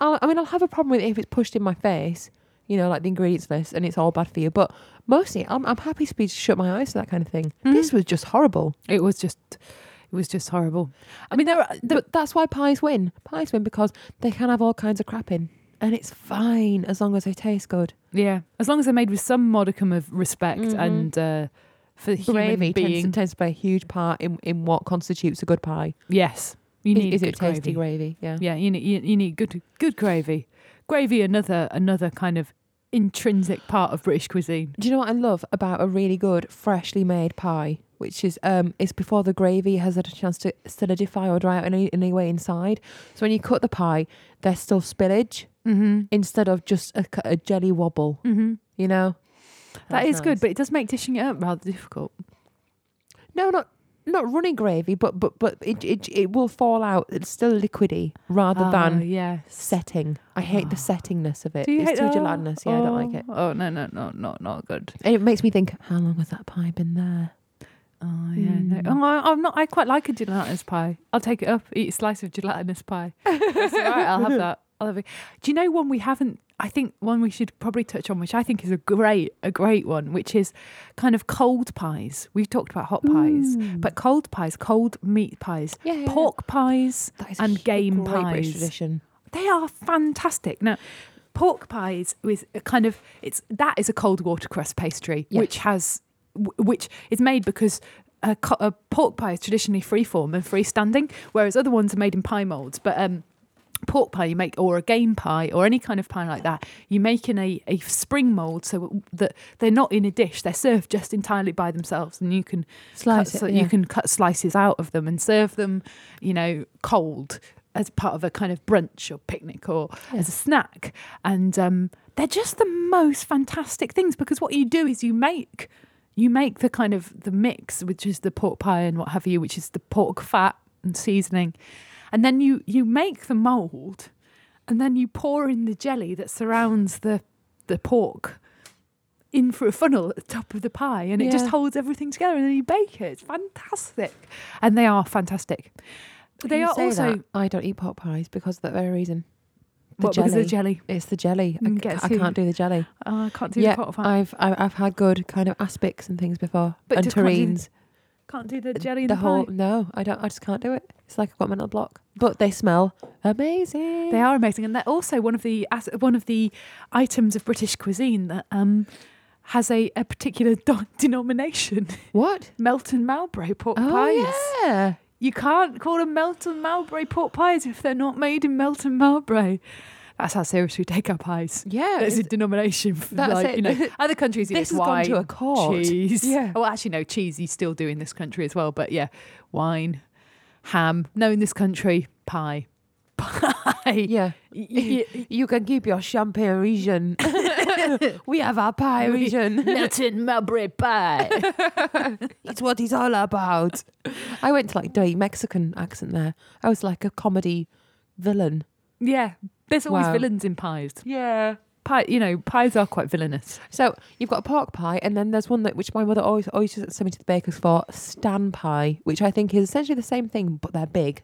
B: I'll, I mean, I'll have a problem with it if it's pushed in my face, you know, like the ingredients list, and it's all bad for you. But mostly, I'm, I'm happy to be to shut my eyes to that kind of thing.
A: Mhm.
B: This was just horrible.
A: It was just it was just horrible. I mean, there are there,
B: but that's why pies win. Pies win because they can have all kinds of crap in, and it's fine as long as they taste good.
A: yeah, as long as they're made with some modicum of respect
B: Mhm.
A: and uh, for the human
B: Gravy
A: being.
B: tends to, tends to play a huge part in, in what constitutes a good pie.
A: yes, you need
B: is
A: good
B: it tasty gravy? Yeah.
A: Yeah, you need you, you need good good gravy. Gravy, another another kind of intrinsic part of British cuisine.
B: Do you know what I love about a really good freshly made pie, which is um, it's before the gravy has had a chance to solidify or dry out in any, in any way inside. So when you cut the pie, there's still spillage
A: Mm-hmm.
B: instead of just a, k- a jelly wobble.
A: Mm-hmm.
B: You know,
A: That is good,
B: nice.
A: but it does make dishing it up rather difficult.
B: no, not not runny gravy, but but but it it, it will fall out. It's still liquidy rather
A: Ah,
B: than
A: yes.
B: setting. I hate the
A: Ah.
B: settingness of it.
A: Do you
B: it's
A: hate
B: too
A: that?
B: gelatinous. Yeah, I don't like it.
A: Oh oh, no, no, no, not not good.
B: And it makes me think, how long has that pie been there?
A: Oh yeah, no.
B: Mm.
A: Oh, I, I'm not. I quite like a gelatinous pie. I'll take it up. Eat a slice of gelatinous pie. That's all right. I'll have that. I love it. Do you know one we haven't? I think one we should probably touch on, which I think is a great, a great one, which is kind of cold pies. We've talked about hot pies, but cold pies, cold meat pies,
B: Yeah, Hmm. yeah, yeah.
A: pork pies,
B: That is a
A: and
B: hu-
A: game
B: great British
A: pies.
B: tradition.
A: They are fantastic. Now, pork pies with a kind of it's that is a cold watercress pastry,
B: Yes.
A: which has wh- which is made because. A, co- a pork pie is traditionally freeform and freestanding, whereas other ones are made in pie molds. But um, pork pie you make, or a game pie, or any kind of pie like that, you make in a, a spring mold so that they're not in a dish. They're served just entirely by themselves, and you can
B: Slice
A: cut,
B: it,
A: so
B: yeah.
A: you can cut slices out of them and serve them, you know, cold as part of a kind of brunch or picnic or as a snack. And um, they're just the most fantastic things because what you do is you make you make the kind of the mix, which is the pork pie and what have you, which is the pork fat and seasoning, and then you you make the mold, and then you pour in the jelly that surrounds the the pork in through a funnel at the top of the pie and it just
B: Yeah.
A: holds everything together and then you bake it. It's fantastic. And they are fantastic. But they
B: You
A: are
B: say
A: also
B: that, I don't eat pork pies because of that very reason. The
A: What,
B: jelly.
A: because of the jelly.
B: It's the jelly. I,
A: Mm,
B: c-
A: guess
B: I
A: who-
B: can't do the jelly.
A: Oh, I can't do
B: yeah,
A: the pot of pie.
B: I've I- I've had good kind of aspics and things before,
A: But
B: and
A: just can't do
B: terrines.
A: can't do the jelly in
B: the
A: Uh, the,
B: whole
A: pie.
B: no, I don't. I just can't do it. It's like I've got mental block. But they smell amazing.
A: They are amazing, and they're also one of the as- one of the items of British cuisine that um, has a, a particular [LAUGHS] do- denomination. [LAUGHS]
B: What?
A: Melton Mowbray pork
B: Oh
A: pies.
B: yeah.
A: You can't call them Melton Mowbray pork pies if they're not made in Melton Mowbray. That's how serious we take our pies.
B: Yeah.
A: There's a
B: it's-
A: denomination for
B: That's
A: like,
B: it.
A: you know other countries. you know,
B: [LAUGHS] This
A: it's
B: has gone
A: wine,
B: to a court.
A: Cheese.
B: Yeah.
A: Well, actually, no, cheese you still do in this country as well. But yeah, wine, ham. No, in this country, pie. Pie.
B: yeah.
A: Y-
B: [LAUGHS]
A: y- y-
B: You can keep your champagne [LAUGHS] region. we have our pie [LAUGHS] region.
A: Melton Mowbray pie.
B: it's what it's all about. [LAUGHS] I went to like dirty Mexican accent there. I was like a comedy villain.
A: [LAUGHS] yeah. There's always
B: Wow.
A: villains in pies.
B: Yeah.
A: Pie, you know, pies are quite villainous.
B: So you've got a pork pie, and then there's one that which my mother always always sent me to the bakers for stan pie, which I think is essentially the same thing, but they're big.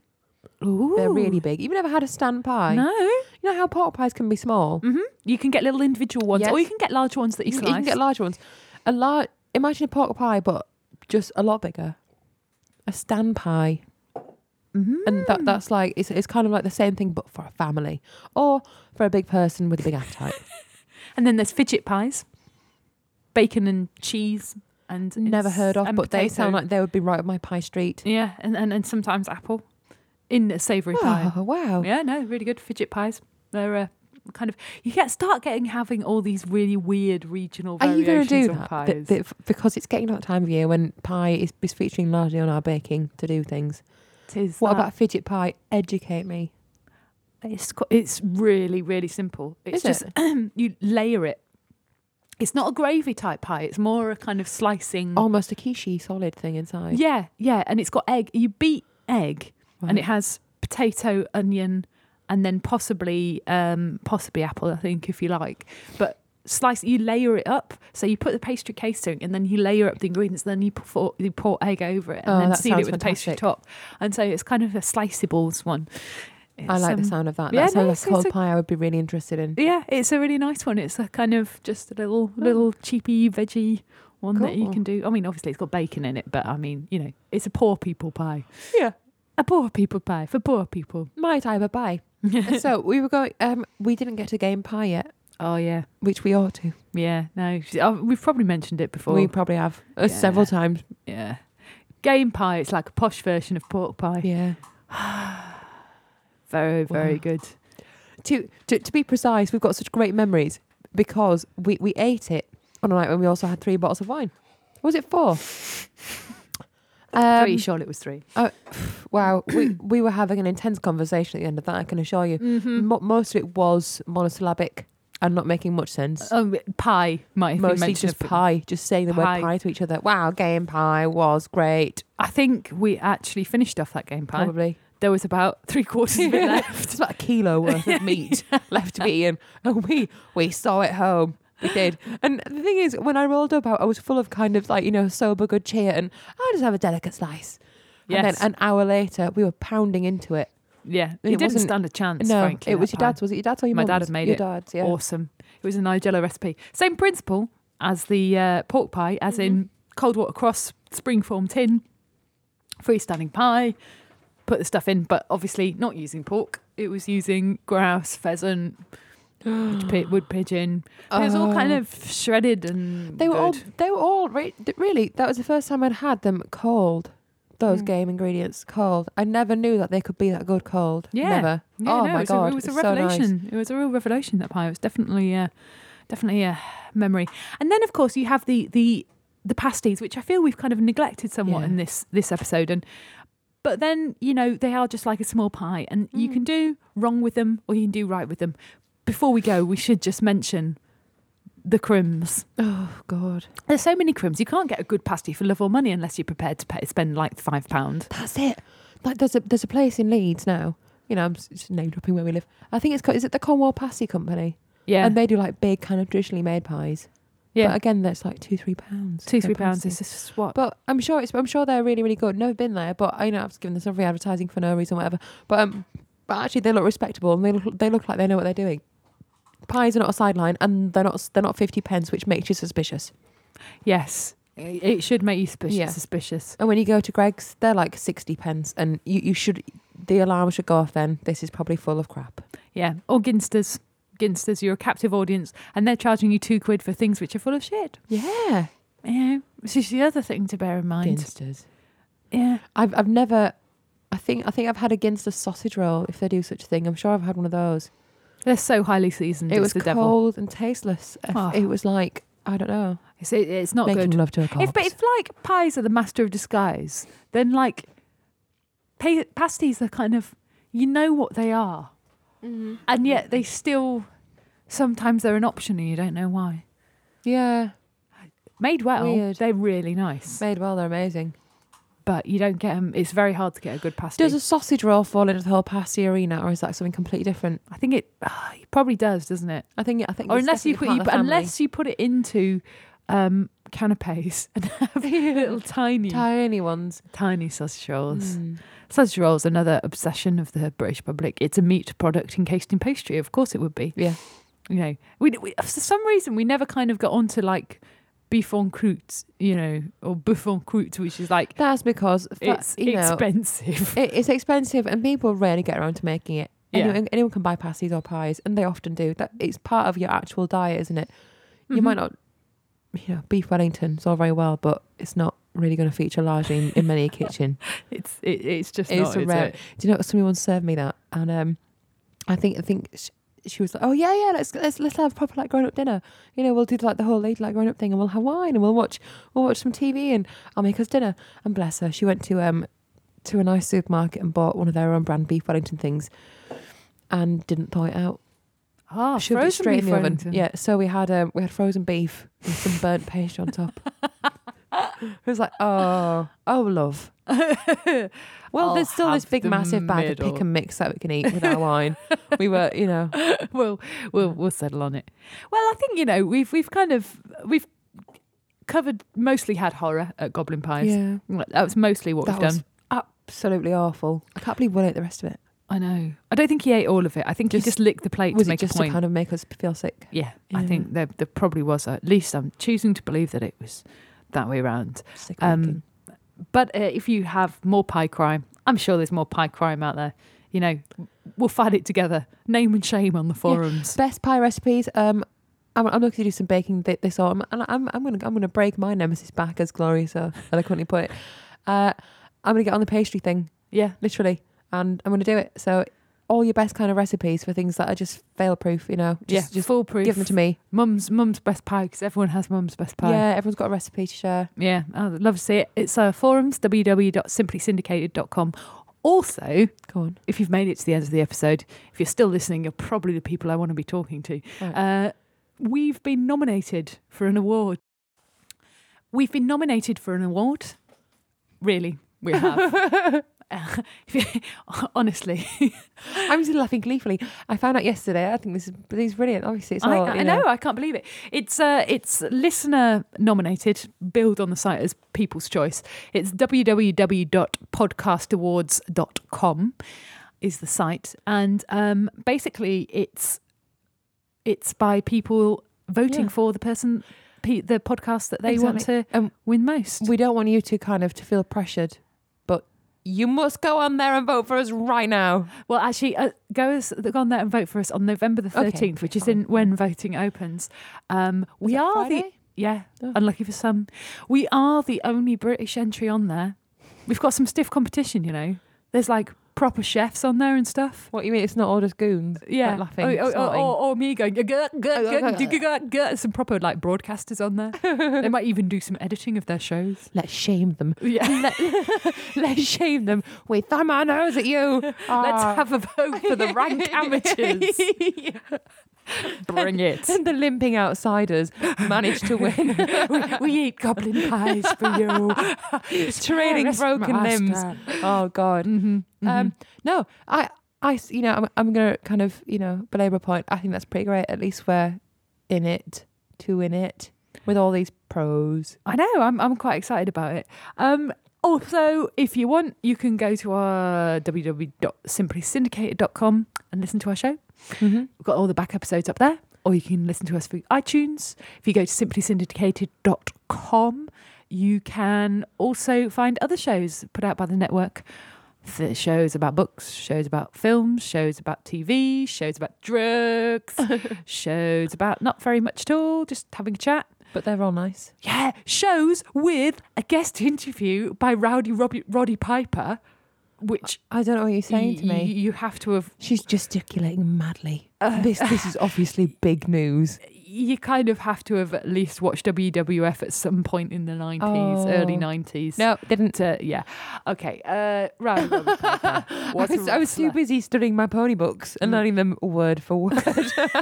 A: Ooh.
B: They're really big. You've never had a stan pie.
A: No. Mm-hmm.
B: You know how pork pies can be small.
A: You can get little individual ones,
B: Yes.
A: or you can get large ones that you,
B: You, can,
A: slice.
B: you can get larger ones. A large. Imagine a pork pie, but just a lot bigger. A stan pie.
A: Mm-hmm.
B: And that, that's like it's, it's kind of like the same thing, but for a family or for a big person with a big appetite.
A: And then there's fidget pies, bacon and cheese, and
B: Never
A: it's-
B: heard of,
A: and
B: but they sound
A: potato.
B: like they would be right up my pie street.
A: yeah, and, and and sometimes apple in a savoury pie.
B: Oh wow!
A: Yeah, no, really good fidget pies. They're uh, kind of you get start getting having all these really weird regional
B: Are you
A: variations
B: going to do
A: on
B: that?
A: pies.
B: Th- th- f- because it's getting that time of year when pie is, is featuring largely on our baking to do things.
A: It is
B: What
A: that.
B: about fidget pie? Educate me.
A: It's qu- it's really really simple. It's
B: Is
A: just [CLEARS THROAT] you layer it. It's not a gravy type pie. It's more a kind of slicing.
B: Almost a quiche solid thing inside.
A: Yeah, yeah, and it's got egg. You beat egg, and
B: Right.
A: it has potato, onion, and then possibly um, possibly apple. I think if you like, but slice. You layer it up. So you put the pastry casing, and then you layer up the ingredients. Then you pour you pour egg over it, and
B: Oh,
A: then
B: that
A: seal it
B: sounds
A: with the pastry
B: fantastic.
A: top. And so it's kind of a sliceables one.
B: I
A: It's,
B: like the
A: um,
B: sound of that.
A: yeah,
B: that sounds
A: no,
B: like
A: it's-
B: a cold
A: it's a-
B: pie I would be really interested in.
A: Yeah, it's a really nice one. It's a kind of just a little little cheapy veggie one that you
B: Oh. Cool.
A: can do. I mean, obviously it's got bacon in it, but I mean, you know, it's a poor people pie.
B: Yeah.
A: A poor people pie for poor people. [LAUGHS]
B: My type of [LAUGHS] pie. And so we were going, um, we didn't get to game pie yet,
A: Oh yeah,
B: which we ought to.
A: yeah. No, sh- oh, we've probably mentioned it before.
B: we probably have uh, several
A: Yeah.
B: times.
A: yeah, game pie. It's like a posh version of pork pie.
B: Yeah.
A: Very very
B: Wow.
A: good.
B: to, to to be precise, we've got such great memories because we, we ate it on a night when we also had three bottles of wine. Was it four? [LAUGHS] Um,
A: Three, sure it was three.
B: [CLEARS THROAT] wow, we, we were having an intense conversation at the end of that. I can assure you,
A: mm-hmm.
B: Mo- most of it was monosyllabic and not making much sense.
A: Um, pie might have been
B: Mostly
A: mentioned.
B: just pie, just saying the
A: Pie.
B: word pie to each other. Wow, game pie was great.
A: I think we actually finished off that game pie.
B: Probably
A: There was about three quarters
B: [LAUGHS]
A: of it left.
B: it's about a kilo worth
A: [LAUGHS]
B: of meat left to be eaten, and we we saw it home. We did. And the thing is, when I rolled up, I, I was full of kind of like you know sober good cheer, and I will just have a delicate slice. And
A: Yes.
B: then an hour later, we were pounding into it.
A: Yeah,
B: It
A: he didn't
B: wasn't-
A: stand a chance.
B: no,
A: frankly,
B: it
A: that
B: was your
A: pie.
B: dad's. Was it your dad's or your
A: My
B: mum's?
A: dad had made
B: your
A: it.
B: dad's, yeah.
A: Awesome. It was a Nigella recipe. Same principle as the uh, pork pie, as
B: Mm-hmm.
A: in cold water cross, spring form tin, freestanding pie. Put the stuff in, but obviously not using pork. It was using grouse, pheasant, wood
B: [GASPS]
A: pi- wood pigeon. It was all kind
B: Oh.
A: of shredded and
B: They were all.
A: good.
B: They were all. Re- th- really, that was the first time I'd had them cold. Those
A: Mm.
B: game ingredients cold. I never knew that they could be that good cold.
A: Yeah.
B: Never.
A: Yeah,
B: oh
A: no,
B: my
A: it was
B: god,
A: A, it was a
B: it's so nice.
A: revelation. It was a real revelation that pie. It was definitely, uh, definitely a memory. And then, of course, you have the the the pasties, which I feel we've kind of neglected somewhat
B: Yeah.
A: in this this episode. And but then you know they are just like a small pie, and you
B: Mm.
A: can do wrong with them or you can do right with them. Before we go, we should just mention the crims.
B: Oh god,
A: There's so many crims. You can't get a good pasty for love or money unless you're prepared to pay, spend like five pound.
B: that's it. Like there's a there's a place in Leeds now. You know, I'm s- just name dropping where we live. I think it's called, is it the Cornwall Pasty Company,
A: Yeah,
B: and they do like big kind of traditionally made pies.
A: Yeah.
B: but again, that's like two three pounds.
A: two
B: per
A: three pounds
B: pasty.
A: is just what.
B: But I'm sure it's. I'm sure they're really, really good. Never been there, but I know I've given them some free advertising for no reason, whatever. But um, but actually, they look respectable and they look. They look like they know what they're doing. Pies are not a sideline, and they're not. They're not fifty pence, which makes you suspicious.
A: Yes. It it should make you suspicious.
B: Yeah.
A: suspicious.
B: And when you go to Greg's, they're like sixty pence, and you, you should. The alarm should go off. Then this is probably full of crap.
A: Yeah. Or ginsters. Ginsters, you're a captive audience and they're charging you two quid for things which are full of shit.
B: Yeah,
A: You know, this is the other thing to bear in mind.
B: ginsters.
A: Yeah.
B: I've I've never. I think I think I've had a ginster sausage roll if they do such a thing. I'm sure I've had one of those.
A: They're so highly seasoned.
B: It
A: it's
B: was
A: the devil.
B: cold and tasteless. If-
A: Oh.
B: It was like I don't know,
A: It's, it, it's not
B: making
A: good.
B: love to a corpse.
A: If, but if like pies are the master of disguise, then like pa- pasties are kind of, you know what they are. And yet they still, sometimes they're an option and you don't know why.
B: yeah,
A: Made well,
B: Weird.
A: they're really nice.
B: made well, they're amazing.
A: but you don't get them. It's very hard to get a good pasty.
B: Does a sausage roll fall into the whole pasty arena, or is that something completely different?
A: I think it, ah, it probably does, doesn't it?
B: I think I think.
A: Or
B: it's
A: unless you put
B: definitely
A: you,
B: part of the family.
A: unless you put it into um, canapes [LAUGHS] and have little tiny
B: tiny ones.
A: tiny sausage rolls.
B: Mm.
A: Sausage rolls, another obsession of the British public. It's a meat product encased in pastry. Of course, it would be.
B: Yeah.
A: You know, we, we for some reason we never kind of got onto like beef en croûte, you know, or beef en croûte, which is like
B: That's because fa-
A: it's
B: you know
A: expensive.
B: it, it's expensive, and people rarely get around to making it.
A: Yeah.
B: Anyone, anyone can buy pasties or pies, and they often do. That it's part of your actual diet, isn't it? You
A: [LAUGHS]
B: might
A: Mhm.
B: not, you know, beef Wellington. It's all very well, but it's not really going to feature largely in, in many a kitchen.
A: It's it, it's just
B: It's
A: not,
B: a
A: is
B: rare-
A: it?
B: Do you know somebody once served me that, and um, I think I think she, she was like, "Oh yeah, yeah, let's let's let's have a proper like grown up dinner. You know, we'll do like the whole lady like grown up thing, and we'll have wine, and we'll watch we'll watch some TV, and I'll make us dinner." And bless her, she went to um to a nice supermarket and bought one of their own brand beef Wellington things, and didn't thaw it out.
A: Ah,
B: Shoved
A: frozen
B: it straight in
A: beef
B: the oven.
A: Wellington.
B: Yeah, so we had um, we had frozen beef with some
A: [LAUGHS]
B: burnt paste on top. it was like, oh, oh, love. Well,
A: [LAUGHS] I'll
B: there's still this
A: have
B: big,
A: the
B: massive bag of
A: middle.
B: pick and mix that we can eat with our wine. We were, you know,
A: [LAUGHS] we'll we'll we'll settle on it. Well, I think you know we've we've kind of we've covered mostly had horror at Goblin Pies.
B: yeah,
A: That was mostly what
B: that
A: we've
B: was
A: done.
B: absolutely awful. I can't believe we ate the rest of it.
A: I know. I don't think he ate all of it. I think
B: Just-
A: he just licked the plate
B: was
A: to
B: it
A: make a
B: just to
A: point.
B: kind of make us feel sick?
A: yeah, I
B: Yeah.
A: think there there probably was. At least I'm choosing to believe that it was that way around.
B: Sick
A: Um,
B: um,
A: But uh, if you have more pie crime, I'm sure there's more pie crime out there. You know, we'll fight it together. Name and shame on the forums.
B: best pie recipes. Um, I'm, I'm looking to do some baking thi- this autumn, and I'm I'm gonna I'm gonna break my nemesis back, as Gloria so [LAUGHS] eloquently put it. Uh, I'm gonna get on the pastry thing,
A: yeah.
B: literally, and I'm gonna do it. So, all your best kind of recipes for things that are just fail proof, you know, just
A: yeah,
B: just
A: foolproof.
B: give them to me.
A: Mum's mum's best pie because everyone has mum's best pie.
B: Yeah, everyone's got a recipe to share.
A: Yeah, I'd love to see it. It's uh, forums, www.simplysyndicated.com. Also,
B: Go on.
A: if you've made it to the end of the episode, if you're still listening, you're probably the people I want to be talking to.
B: Right.
A: Uh, we've been nominated for an award. We've been nominated for an award. Really, we
B: [LAUGHS]
A: have. [LAUGHS] Uh, if you- Honestly,
B: I'm just laughing gleefully. I found out yesterday. I think this is this is brilliant. Obviously, it's
A: I,
B: all.
A: I
B: you
A: know, I can't believe it. It's uh, it's listener nominated, billed on the site as People's Choice. It's www.podcastawards.com. is the site, and um, basically it's it's by people voting
B: Yeah.
A: for the person, pe- the podcast that they want to
B: Exactly. Um,
A: win most.
B: We don't want you to kind of to feel pressured, but you must go on there and vote for us right now.
A: Well, actually, uh, go, us, go on there and vote for us on November the
B: Okay,
A: 13th, which is
B: fine.
A: in when voting opens. Um, we
B: that
A: are the.
B: Friday?
A: Yeah,
B: Oh.
A: unlucky for some. We are the only British entry on there. We've got some stiff competition, you know. There's like proper chefs on there and stuff.
B: What you mean? It's not all just goons.
A: Yeah. Oh,
B: like laughing,
A: Or, or- or,
B: snorting. Oh,
A: or, or me going, "Gah, gah, gah, gah, gah, gah, gah." some proper like broadcasters on
B: [LAUGHS]
A: there. they might even do some editing of their shows.
B: Let's shame them. [LAUGHS]
A: Yeah.
B: Let, let's shame them. We thumb our nose at you.
A: Let's
B: Ah.
A: have a vote for the
B: [LAUGHS]
A: rank amateurs. Bring [LAUGHS] it.
B: And [LAUGHS] the limping outsiders managed to win.
A: we eat goblin pies for
B: [LAUGHS]
A: you.
B: Trading broken limbs. Oh God.
A: Mm-hmm,
B: Um, no, I, I s- you know, I'm, I'm gonna kind of, you know, belabor a point. I think that's pretty great. At least we're in it, to in it, with all these pros.
A: I know. I'm I'm quite excited about it. Um, also, if you want, you can go to our www.simplysyndicated.com and listen to our show.
B: Mm-hmm.
A: We've got all the back episodes up there, or you can listen to us through iTunes. If you go to simplysyndicated.com, you can also find other shows put out by the network. Th- shows about books, shows about films, shows about TV, shows about drugs, shows about not very much at all, just having a chat.
B: But they're all nice.
A: Yeah, shows with a guest interview by Rowdy Robbie, Roddy Piper, which
B: I don't know what you're saying Uh, to
A: y-
B: me.
A: you have to have,
B: She's gesticulating madly. this, this is [LAUGHS] obviously big news.
A: you kind of have to have at least watched WWF at some point in the 90s,
B: Oh.
A: early 90s.
B: No, didn't.
A: But, uh, yeah. Okay. Uh, Rowdy Roddy
B: [LAUGHS]
A: Piper. What
B: I
A: a
B: was, I was too
A: wrestler.
B: busy studying my pony books and
A: Mm.
B: learning them word for word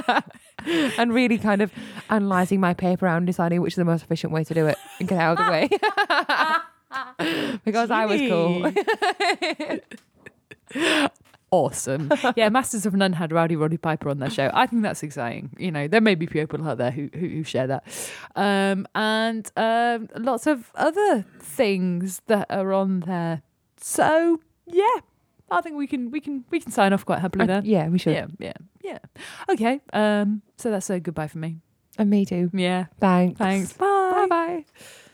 B: [LAUGHS] and really kind of analysing my paper and deciding which is the most efficient way to do it and get out of the [LAUGHS] way.
A: [LAUGHS]
B: because I was cool.
A: Gee. awesome. Yeah, Masters of None had Rowdy Roddy Piper on their show. I think that's exciting. You know, there may be people out there who who, who share that, um, and um, lots of other things that are on there. So yeah, I think we can we can we can sign off quite happily there.
B: yeah, we should.
A: Yeah, yeah, yeah. Okay. Um, so that's a goodbye for me.
B: And me too.
A: Yeah.
B: Thanks.
A: Thanks.
B: Bye bye.